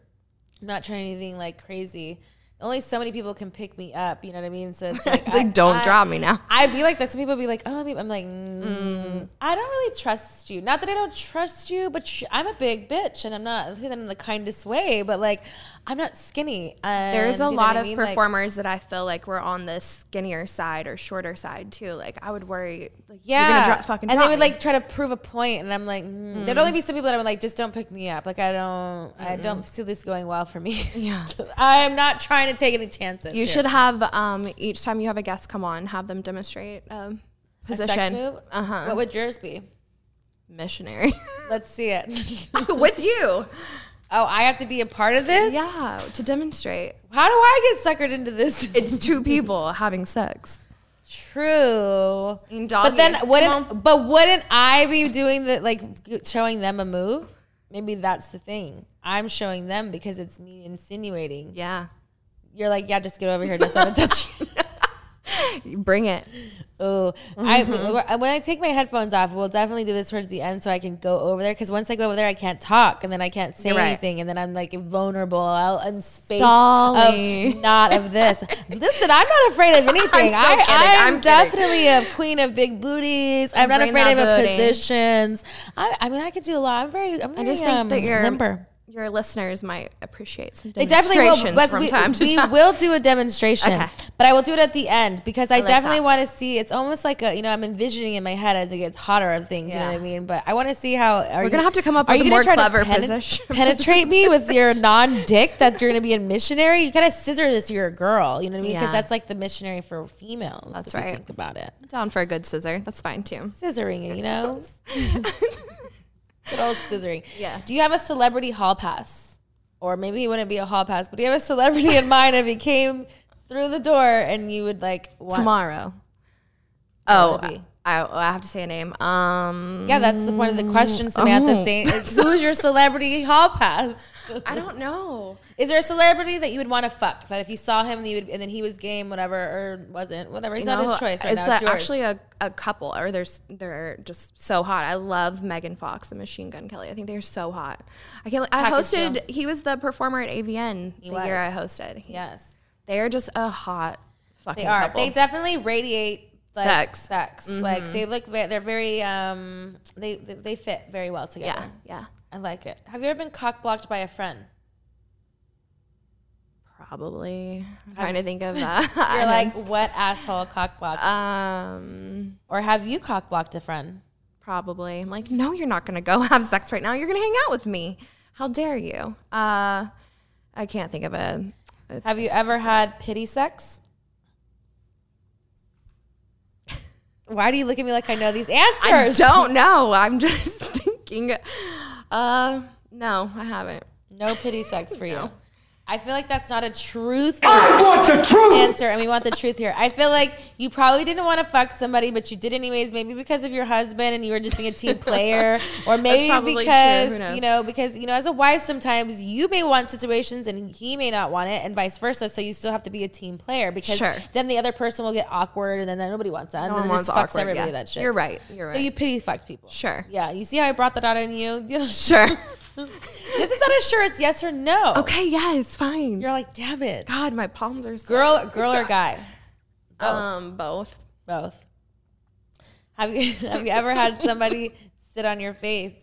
I'm not trying anything like crazy. Only so many people can pick me up. You know what I mean? So it's like,
It's like, don't
I,
drop me now.
I'd be like that. Some people be like, "Oh, let me-" I'm like,
Mm-hmm.
mm, I don't really trust you. Not that I don't trust you, but sh- I'm a big bitch, and I'm not I say that in the kindest way. But like, I'm not skinny. And,
There's a
you know
lot
what I
of
mean? Like,
performers that I feel like were on the skinnier side or shorter side too. Like I would worry. Like,
Yeah,
you're gonna drop, fucking.
and
drop Mm-hmm.
they would
me.
like try to prove a point, and I'm like, mm. there'd only be some people that I'm like, just don't pick me up. Like I don't, I don't see this going well for me.
Yeah.
I'm not trying to take any chances.
You
here.
should have um, each time you have a guest come on, have them demonstrate um,
A sex
position.
move?
Uh-huh.
What would yours be?
Missionary
Let's see it.
with you.
oh, I have to be a part of this.
Yeah, to demonstrate.
How do I get suckered into this?
It's two people having sex.
True.
And
But then
doggy.
wouldn't but wouldn't I be doing the like showing them a move? Maybe that's the thing. I'm showing them because it's me insinuating.
Yeah,
You're like, yeah, just get over here, just let me touch you.
you bring it.
Oh, I
Mm-hmm.
when I take my headphones off, we'll definitely do this towards the end so I can go over there because once I go over there, I can't talk and then I can't say
You're right.
anything and then I'm like vulnerable. I'll, I'm space
Stalling.
of not of this. Listen, I'm not afraid of anything.
I'm so
I,
kidding.
I'm,
I'm kidding.
definitely a queen of big booties. I'm not
Bring
afraid
that
of a
booty.
positions. I, I mean, I could do a lot. I'm very. I'm very
I just think
um,
that your
limber.
your listeners might appreciate some
They definitely
demonstrations
will. But
from
we,
time to
we
time.
will do a demonstration,
Okay.
but I will do it at the end because I,
like
definitely
that.
want to see. It's almost like a you know I'm envisioning in my head as it gets hotter of things. You know
Yeah.
what I mean? But I want to see how are
We're gonna
you-
have to come up
are
with
you gonna
a more
try to
clever position.
Penetrate me with your non-dick that you're gonna be in missionary. You gotta scissor this. You're a girl. You know what I mean? Because
Yeah.
that's like the missionary for females.
That's
if you
right.
Think about it.
Down for a good scissor. That's fine too.
Scissoring, it, you know. Good old scissoring.
Yeah.
Do you have a celebrity hall pass? Or maybe it wouldn't be a hall pass, but do you have a celebrity in mind if he came through the door and you would like want
Tomorrow. Oh,
would it
I,
be?
I have to say a name. Um,
Yeah, that's the point of the question, Samantha.
Oh.
Saying is who's your celebrity hall pass?
I don't know.
Is there a celebrity that you would want to fuck? That if you saw him, you would, and then he was game, whatever, or wasn't, whatever. He's
You
not
know,
his choice right
it's
now. It's
a-
yours.
actually a, a couple, or there's they're just so hot. I love Megan Fox and Machine Gun Kelly. I think they're so hot. I can't. I
Package
hosted.
deal.
He was the performer at AVN the
was.
year I hosted. He-
yes,
they are just a hot fucking
they are.
couple.
They definitely radiate like,
Sex. Mm-hmm.
Sex. Like they look. ve- They're very. Um. They they- they fit very well together.
yeah, yeah,
I like it. Have you ever been cock blocked by a friend?
probably. I'm trying to think of. Uh,
You're like, what asshole cock blocked?
Um,
or have you cock blocked a friend?
probably. I'm like, no, you're not gonna go have sex right now. You're gonna hang out with me. How dare you? Uh, I can't think of a. a-
Have you ever had pity sex? Why do you look at me like I know these
I
answers?
don't know. I'm just thinking. Uh, no, I haven't.
No pity sex for you. I feel like that's not a truth
I want the truth.
answer, and we want the truth here. I feel like you probably didn't want to fuck somebody, but you did anyways. Maybe because of your husband, and you were just being a team player, or maybe
probably true. Who
because
knows?
you know, because you know, as a wife, sometimes you may want situations, and he may not want it, and vice versa. So you still have to be a team player because
Sure.
then the other person will get awkward, and then nobody wants that, and
one
then it just fucks
wants awkward,
everybody
yeah.
that shit.
You're right, you're
So
right.
you pity fucked people.
Sure.
Yeah. You see how I brought that out in you? this
Sure.
is not a sure. It's yes or no.
Okay. Yes. Fine.
You're like, damn it.
God, my palms are so
Girl, girl or guy?
Um, both.
Both. Have you have you ever had somebody sit on your face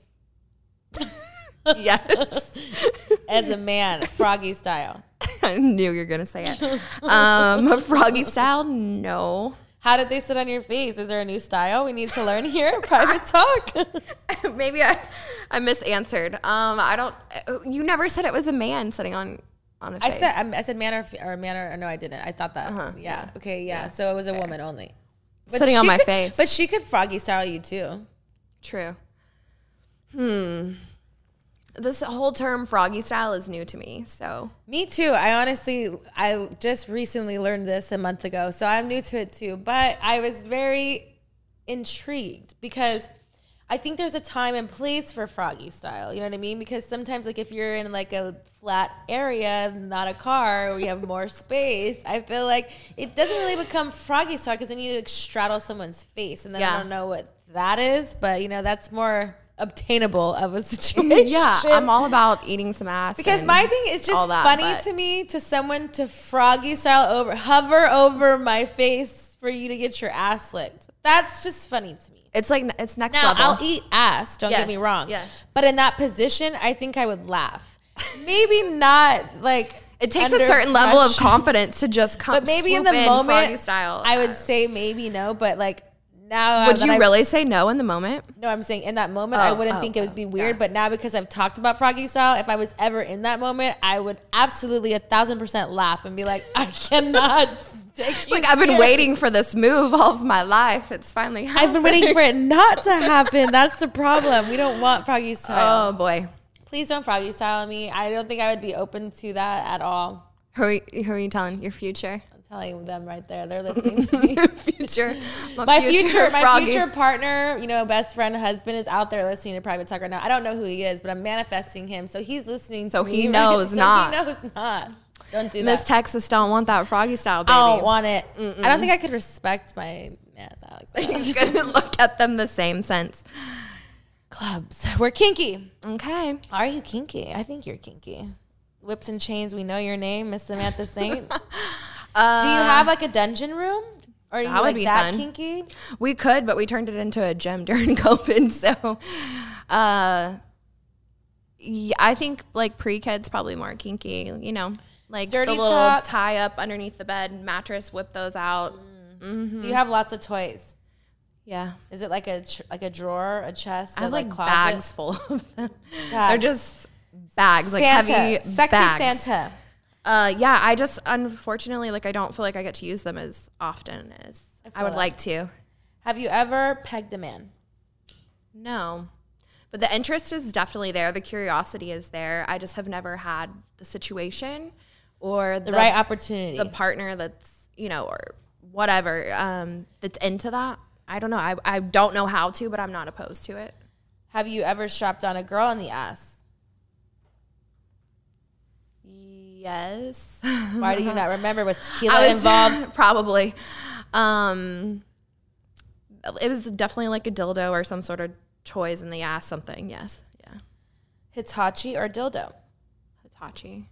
Yes.
as a man, froggy style?
I knew you were gonna say it. Um, froggy style. No.
How did they sit on your face? Is there a new style we need to learn here? Private talk.
Maybe I, I misanswered. Um, I don't. You never said it was a man sitting on on a face.
I said um, I said man or, f- or man or no, I didn't. I thought that. Yeah. Okay. Yeah. So it was a woman only. But
Uh-huh. Sitting on
she
my
could-
face.
But she could froggy style you too.
True. Hmm. This whole term froggy style is new to me. So
Me too. I honestly, I just recently learned this a month ago, so I'm new to it too. But I was very intrigued because I think there's a time and place for froggy style. You know what I mean? Because sometimes, like if you're in like a flat area, not a car, we have more space. I feel like it doesn't really become froggy style because then you like, straddle someone's face, and then I
Yeah.
don't know what that is, but you know that's more obtainable of a situation.
Yeah, I'm all about eating some ass.
Because
and-
my thing is just
all that,
funny
but-
to me to someone to froggy style over hover over my face for you to get your ass licked. That's just funny to me.
It's like it's next
Now
level.
I'll eat ass. Don't get
Yes,
me wrong.
yes.
But in that position, I think I would laugh. Maybe not like
It takes
under
a certain level of
pressure,
confidence to just come.
But maybe in the
swoop
moment,
style.
I would say maybe no. But like now,
Would
that
you
I-
really say no in the moment?
No, I'm saying in that moment, I
Oh,
wouldn't
oh,
think it would
oh,
be weird. But now because I've talked about froggy style, if I was ever in that moment, I would absolutely a thousand percent laugh and be like, I cannot. take you
Like I've been
serious."
waiting for this move all of my life. It's finally
I've been waiting for it not to happen. That's the problem. We don't want froggy style.
Oh boy,
Please don't froggy style me. I don't think I would be open to that at all.
who are you, who are you telling? Your future,
I'm telling them right there. They're listening to me.
future,
my future, my
froggy.
future partner, you know, best friend, husband is out there listening to private talk right now. I don't know who he is, but I'm manifesting him, so he's listening.
So
to
he
me, right?
knows
So
not.
He knows not. Don't do
Miss
that.
Texas don't want that froggy style, baby.
I don't want it. I don't think I could respect my man that like that.
He's gonna look at them the same sense.
clubs. We're kinky.
Okay.
Are you kinky? I think you're kinky. Whips and chains. We know your name, Miss Samantha Saint. do you have like a dungeon room? Or are you
Uh, That would
like
be
that
fun.
kinky?
We could, but we turned it into a gym during COVID. So, uh, yeah, I think like pre kids probably more kinky. You know, like
Dirty
the little
talk.
tie up underneath the bed mattress. Whip those out.
Mm. So
Mm-hmm.
you have lots of toys.
Yeah,
Is it like a tr- like a drawer, a chest,
I have
a, like,
like,
closet?
bags full of them. They're
Bags.
just bags, like
Santa,
heavy
sexy
bags.
Santa.
Uh, yeah, I just unfortunately like I don't feel like I get to use them as often as I,
feel
would
that.
like to.
Have you ever pegged a man?
No. But the interest is definitely there. The curiosity is there. I just have never had the situation or the,
The, right opportunity.
the partner that's, you know, or whatever um, that's into that. I don't know. I, I don't know how to, but I'm not opposed to it.
Have you ever strapped on a girl in the ass?
Yes.
Why do you not remember? Was
Uh-huh, I
tequila
was
involved?
probably. Um, it was definitely like a dildo or some sort of toys in the ass something. Yes. Yeah.
Hitachi or dildo?
Hitachi.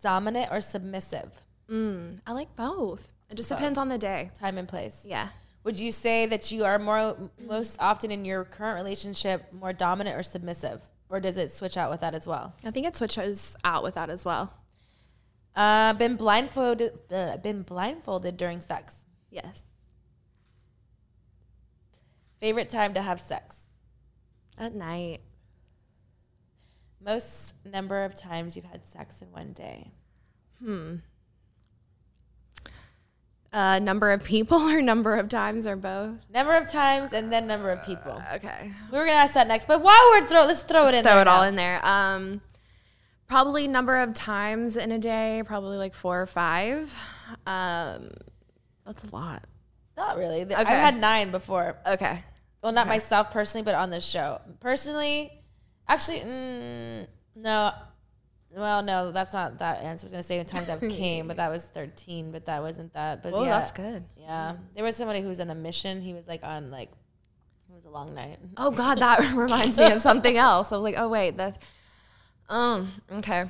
Dominant or submissive?
I like both. It just depends on the day.
Time and place.
Yeah.
Would you say that you are more most often in your current relationship more dominant or submissive, or does it switch out with that as well?
I think it switches out with that as well.
Uh, been blindfolded. Uh, been blindfolded during sex.
Yes.
Favorite time to have sex.
At night.
Most number of times you've had sex in one day.
Uh, number of people or number of times or both.
Number of times and then number of people.
Okay.
We were gonna ask that next, but while we're throw, let's throw it in.
Throw
there
it all
now.
in there. Um, probably number of times in a day, probably like four or five. Um, that's a lot.
Not really. I've
Okay.
had nine before. Uh,
Okay.
Well, not myself personally, but on this show. Personally, actually, mm, no. Well, no, that's not that answer. I was gonna say times I've came, but that was thirteen. But that wasn't that. But
Well,
yeah,
that's good.
Yeah, there was somebody who was on a mission. He was like on like it was a long night.
Oh God, that reminds me of something else. I was like, oh wait, that. Um. Okay.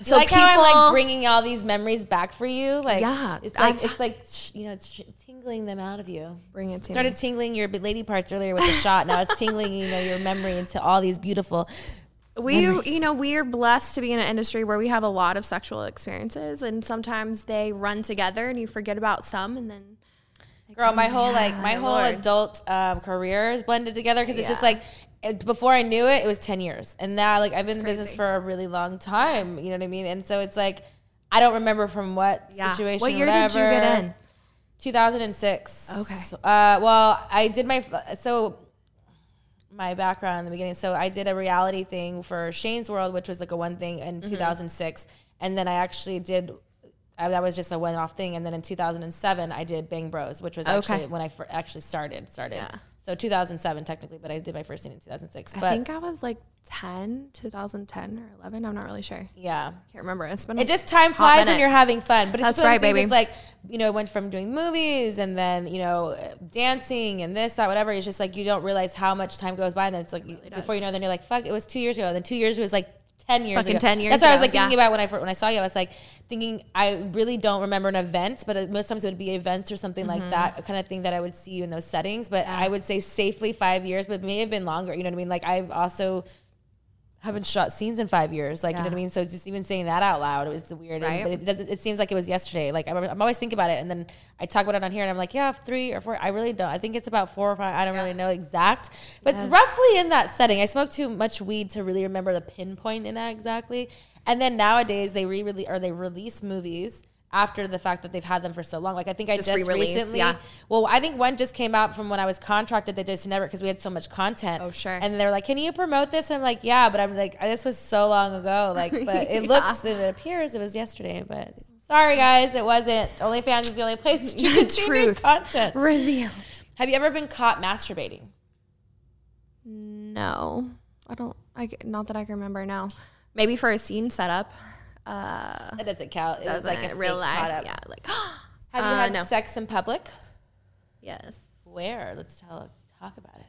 So like how I'm like bringing all these memories back for you. Like
Yeah,
it's like
I've-
it's like sh- you know it's tingling them out of you.
bring it to
Started tingling your lady parts earlier with a shot. Now it's tingling you know your memory into all these beautiful.
we you know we are blessed to be in an industry where we have a lot of sexual experiences and sometimes they run together and you forget about some and then
Girl, my whole like my whole
Lord.
adult um, career is blended together because it's just
Yeah.
like it, before I knew it, it was ten years, and now like I've been in business
crazy.
for a really long time. You know what I mean? And so it's like I don't remember from what situation.
what year did you
whatever.
get in
2006.
Okay.
Uh, well, I did my so my background in the beginning. So I did a reality thing for Shane's World, which was like a one thing in
Mm-hmm.
2006, and then I actually did. I, that was just a one-off thing, and then in 2007, I did Bang Bros, which was
Okay.
actually when I fir- actually started. Started. So 2007 technically, but I did my first scene in 2006. But
I think I was like 10, 2010 or 11. I'm not really sure.
yeah,
Can't remember. It's been. a-
It just time flies when
minute.
you're having fun. But it's
That's
just one of
right,
those things,
baby.
It's like you know, it went from doing movies and then you know, dancing and this, that, whatever. It's just like you don't realize how much time goes by, and then it's like before you know, then you're like, fuck, it was two years ago. And then two years was like. 10 years
Fucking
ago.
10 years
That's what I was
ago,
like thinking
yeah.
about when I fir- when I saw you. I was like thinking I really don't remember an event, but it- most times it would be events or something
Mm-hmm.
like that kind of thing that I would see you in those settings. But I would say safely five years, but may have been longer. You know what I mean? Like I've also haven't shot scenes in five years. Like, you know what I
Yeah.
mean? So just even saying that out loud is weird. and-
Right.
but it doesn't, it seems like it was yesterday. Like I'm, I'm always thinking about it. And then I talk about it on here and I'm like, yeah, three or four. I really don't. I think it's about four or five. I don't really know exact, but roughly in that setting, I smoke too much weed to really remember the pinpoint in that exactly. And then nowadays they re-release or they release movies after the fact that they've had them for so long. Like I think I
Just
just
re-release,
recently,
yeah.
well, I think one just came out from when I was contracted that just never because we had so much content.
Oh, sure.
And they're like, "Can you promote this?" I'm like, "Yeah," but I'm like, "This was so long ago." Like, but it looks and it appears it was yesterday, but. Sorry guys, it wasn't. OnlyFans is the only place you can see new
Truth.
content.
revealed.
Have you ever been caught masturbating?
No, I don't. I c- not that I can remember. No, maybe for a scene setup. Uh,
That doesn't count. It was like a
doesn't
real life. Caught up.
Yeah, like
Have you
Uh,
had
no.
sex in public?
yes.
Where? Let's tell talk about it.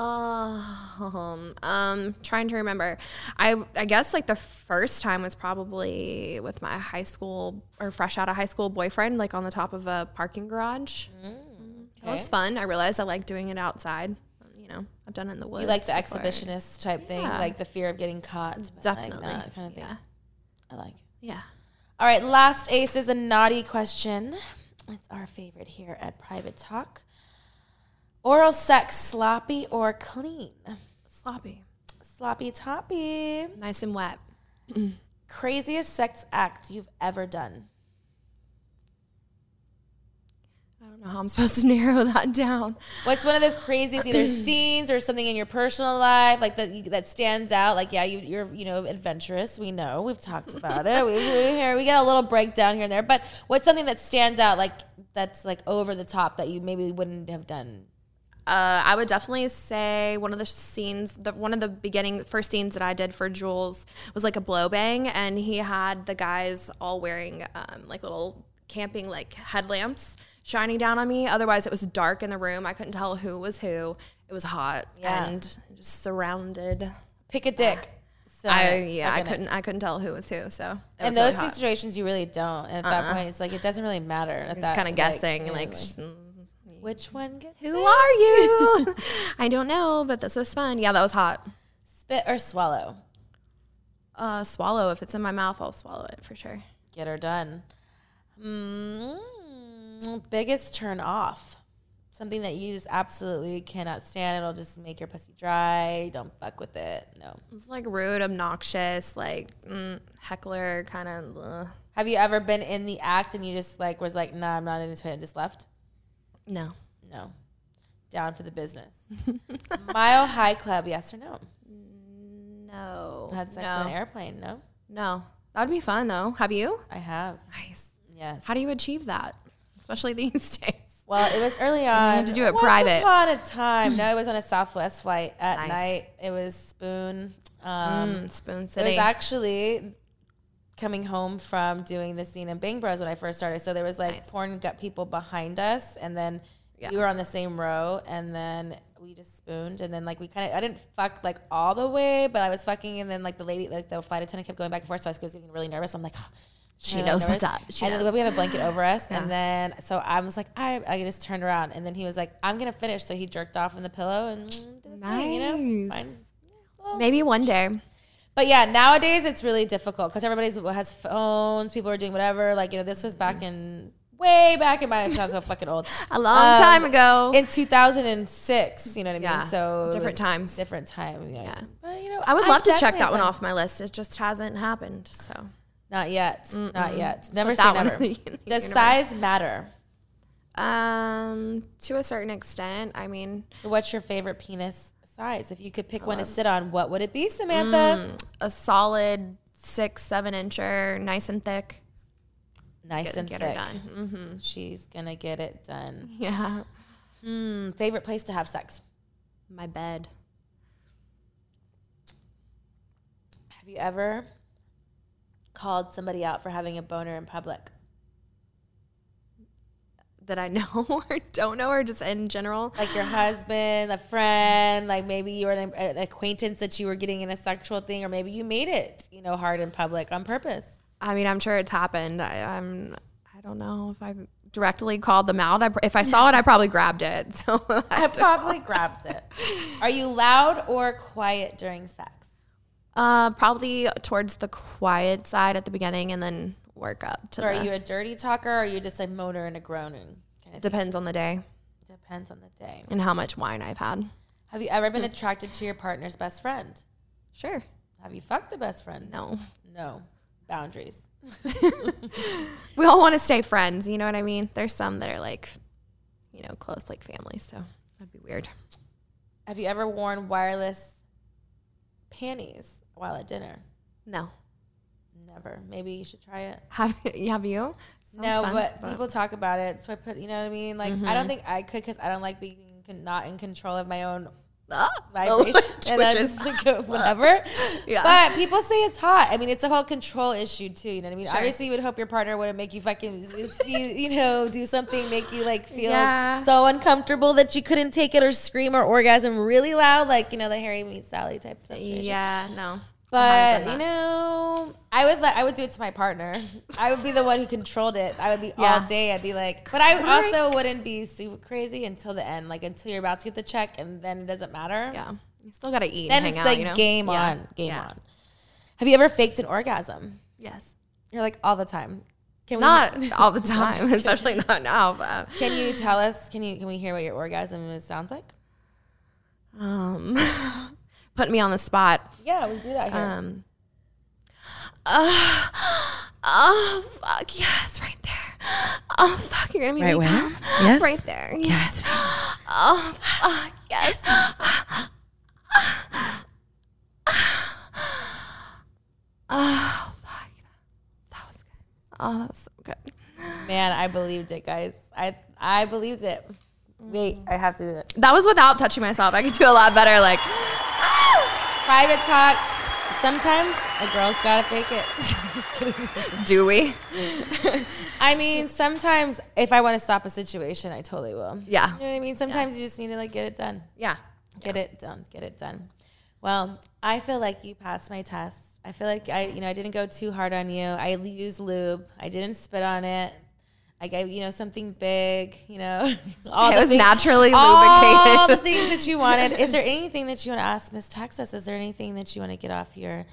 Um, um, trying to remember. I I guess like the first time was probably with my high school or fresh out of high school boyfriend, like on the top of a parking garage. That was
Mm, okay.
fun. I realized I like doing it outside. You know, I've done it in the woods.
You like the
before.
exhibitionist type thing,
Yeah.
like the fear of getting caught, but
Definitely.
like that kind of thing.
Yeah.
I like it.
Yeah.
All right, last ace is a naughty question. It's our favorite here at Private Talk. Oral sex, sloppy or clean?
Sloppy.
Sloppy toppy.
Nice and wet.
Craziest sex act you've ever done.
I don't know how I'm supposed to narrow that down.
What's one of the craziest either scenes or something in your personal life like that you, that stands out? Like yeah, you, you're you know adventurous. We know we've talked about it. We, we here we get a little breakdown here and there. But what's something that stands out like that's like over the top that you maybe wouldn't have done?
Uh, I would definitely say one of the scenes, the, one of the beginning first scenes that I did for Jules was like a blow bang, and he had the guys all wearing um, like little camping like headlamps shining down on me. Otherwise, it was dark in the room. I couldn't tell who was who. It was hot
Yeah.
and just surrounded.
Pick a dick. So,
I yeah, I
sucking it.
couldn't I couldn't tell who was who. So it
In
was really
those
hot. Uh-uh.
situations, you really don't. At that point, it's like it doesn't really matter. At
just
that,
kind of
like,
guessing
yeah,
like. "Mm,
like, which one gets
who are you? I don't know, but this is fun. Yeah, that was hot.
spit or swallow?
Uh, swallow. If it's in my mouth, I'll swallow it for sure.
Get her done. Mm, biggest turn off. Something that you just absolutely cannot stand. It'll just make your pussy dry. Don't fuck with it. No.
It's like rude, obnoxious, like mm, heckler kind of.
Have you ever been in the act and you just like was like, nah, I'm not into it and just left?
No.
No. Down for the business. Mile High Club, yes or no?
No.
Had sex
no.
on an airplane, no?
No. That'd be fun though. Have you?
I have.
Nice.
Yes.
How do you achieve that, especially these days?
Well, it was early on.
had to do it
Once
private.
Upon a time, no, it was on a Southwest flight at
Nice.
night. It was spoon. Um,
Mm, spoon
it
sitting.
was actually coming home from doing the scene in Bang Bros when I first started. So there was like porn gut people behind us, and then we were on the same row, and then we just spooned, and then like we kind of I didn't fuck like all the way, but I was fucking, and then like the lady, like the flight attendant kept going back and forth, so I was getting really nervous. I'm like.
She
I'm, like,
knows what's
nervous.
up. She
and then
knows.
we have a blanket over us, and then so I was like, I, I just turned around, and then he was like, I'm gonna finish. So he jerked off on the pillow and mm, did his thing, you know,
Nice.
Fine. Well,
Maybe one day.
but yeah, nowadays it's really difficult because everybody's has phones. People are doing whatever. Like you know, this was back in way back in my it sounds so fucking old.
A long
Um,
time ago.
in 2006. You know what I mean?
Yeah,
So it
different
was
times.
different time. You know.
Yeah.
But, you know,
I would
I've
love to check
definitely
that one
done-
off my list. It just hasn't happened. So.
Not yet. Not yet. Never
Put
say
that one
never.
in the- in the
Does
universe.
size matter?
Um, to a certain extent. I mean,
So what's your favorite penis size? If you could pick
Um,
one to sit on, what would it be, Samantha?
a solid six, seven incher, nice and thick.
Nice
Get,
and
get
thick.
her done.
She's gonna get it done. Mm,
Yeah.
Favorite place to have sex?
My bed.
Have you ever called somebody out for having a boner in public?
That I know or don't know or just in general.
Like your husband, a friend, like maybe you were an, an acquaintance that you were getting in a sexual thing, or maybe you made it, you know, hard in public on purpose.
I mean, I'm sure it's happened. I, I'm. I don't know if I directly called them out. I, pr- if I saw it, I probably grabbed it. So
I probably grabbed it. Are you loud or quiet during sex?
uh, probably towards the quiet side at the beginning, and then work up to.
Or
the,
are you a dirty talker? Or are you just a moaner and a groaning? Kind of
depends on the day
depends on the day.
and how much wine I've had.
Have you ever been attracted to your partner's best friend?
Sure.
Have you fucked the best friend?
No.
No. Boundaries.
We all want to stay friends. You know what I mean? There's some that are like, you know, close like family. So that'd be weird.
Have you ever worn wireless panties while at dinner?
No.
Never. Maybe you should try it.
Have Have you? Sounds
no,
fun, Mm-hmm.
but, people talk about it, so I put. You know what I mean? Like I don't think I could because I don't like being con- not in control of my own vibration. and I
Ah! twitches.
just like go, whatever.
Yeah.
But people say it's hot. I mean, it's a whole control issue too. You know what I mean? Obviously, you would hope your partner wouldn't make you fucking, you, you know, do something make you like feel
Yeah.
so uncomfortable that you couldn't take it or scream or orgasm really loud, like you know the Harry meets Sally type situation.
yeah. No.
But
done
you
that.
know, I would let I would do it to my partner. I would be the one who controlled it. I would be all
Yeah.
day. I'd be like, but I also wouldn't be super crazy until the end, like until you're about to get the check, and then it doesn't matter.
Yeah. You still gotta eat
Then
and hang
it's
out.
like
you know?
game
Yeah.
on, game
Yeah.
on. Have you ever faked an orgasm?
Yes.
You're like all the time. Can we
Not all the time, especially not now. But
Can you tell us? Can you can we hear what your orgasm is, sounds like?
um, put me on the spot.
Yeah, we do that here.
Um. Uh, oh fuck yes, right there. Oh fuck, you're gonna make me come.
Yes.
Right there. Yes. Oh fuck yes. Oh fuck, that was good. Oh, that was so good.
Um, Man, I believed it, guys. I I believed it. Wait, I have to do that.
That was without touching myself. I could do a lot better. Like,
Private talk. Sometimes a girl's gotta fake it.
do we?
I mean, sometimes if I want to stop a situation, I totally will.
Yeah.
You know what I mean? Sometimes you just need to like get it done.
Yeah.
Get it done. Get it done. Well, I feel like you passed my test. I feel like I, you know, I didn't go too hard on you. I used lube. I didn't spit on it. I gave, you know, something big. You know, all
it
the
was
things-
naturally
all the
lubricated.
things that you wanted. Is there anything that you want to ask Miss Texas? Is there anything that you want to get off your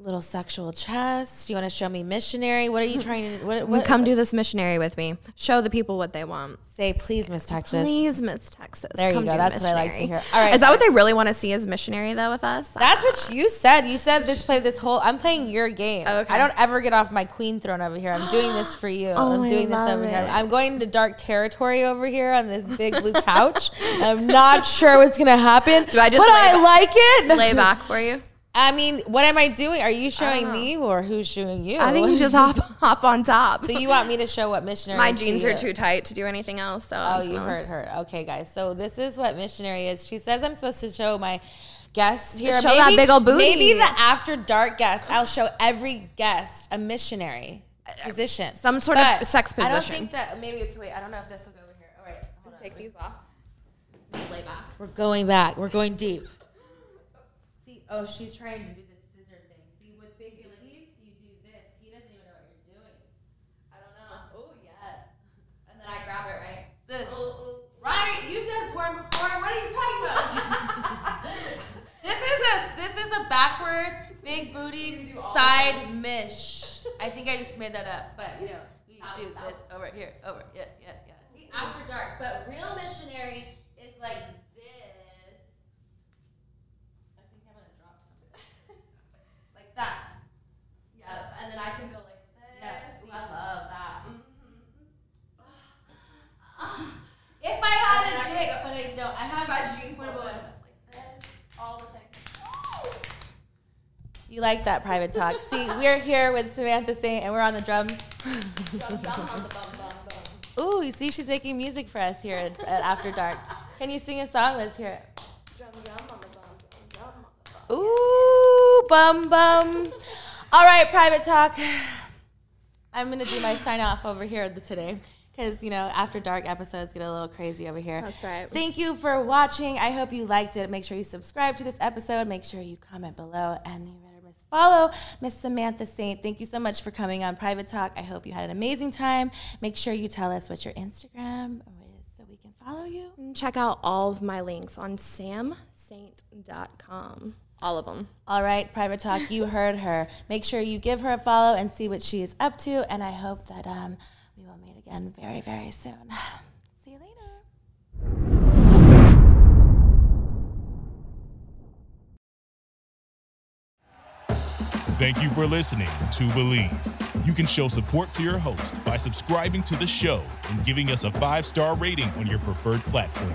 little sexual chest? You want to show me missionary? What are you trying to? What, what
Come do this missionary with me. Show the people what they want.
say, please, Miss Texas?
Please, Miss Texas.
There you
come
go.
do
That's what I like to
missionary.
hear. All right,
Is that what they really want to see as missionary though with us?
That's what you said. You said this play this whole. I'm playing your game.
Okay.
I don't ever get off my queen throne over here. I'm doing this for you.
Oh, I
I'm doing this
love
over here.
it.
I'm going to dark territory over here on this big blue couch. I'm not sure what's gonna happen. Do
I just
But
lay
I
back-
like it.
lay back for you.
I mean, what am I doing? Are you showing
know.
me or who's showing you?
I think you just hop hop on top.
So you want me to show what missionary?
My
is to
jeans are
you?
too tight to do anything else. So
Oh, you heard her. Okay, guys. So this is what missionary is. She says I'm supposed to show my guests here.
Show that big old booty.
Maybe the after dark guest. I'll show every guest a missionary position,
Some sort of sex
I don't
position.
think that. Maybe okay, wait. I don't know if this will go over here. All right, hold on.
Take these off. Lay back.
We're going back. We're going deep. See, oh, she's trying to do the scissor thing. See, with big ladies, you do this. He doesn't even know what you're doing. I don't know. Oh, yes. And then I grab it, right? The, Right? You've done porn before. What are you talking about? this is a this is a backward big booty side mish. I think I just made that up, but you know, you do this over here, over yeah, yeah, yeah. See, after dark, but real missionary is like this. I think I'm gonna drop something like that.
Yep. And then I can go like this.
Yes.
I love that.
If I had
And
a
then I
dick, but I don't. I have
My jeans
what
will
about-
go like this all the time.
You like that private talk. See, we're here with Samantha Saint and we're on the drums. Ooh, you see, she's making music for us here at, at After Dark. Can you sing a song? Let's hear it. Ooh, bum bum. All right, private talk. I'm gonna do my sign off over here today. Because, you know, after dark episodes get a little crazy over here.
That's right.
Thank you for watching. I hope you liked it. Make sure you subscribe to this episode. Make sure you comment below and you better miss follow Miss Samantha Saint. Thank you so much for coming on Private Talk. I hope you had an amazing time. Make sure you tell us what your Instagram is so we can follow you.
Check out all of my links on samsaint.com. All of them.
All right, Private Talk, you heard her. Make sure you give her a follow and see what she is up to. And I hope that um, we will meet again very, very soon. see you later.
Thank you for listening to Believe. You can show support to your host by subscribing to the show and giving us a five star rating on your preferred platform.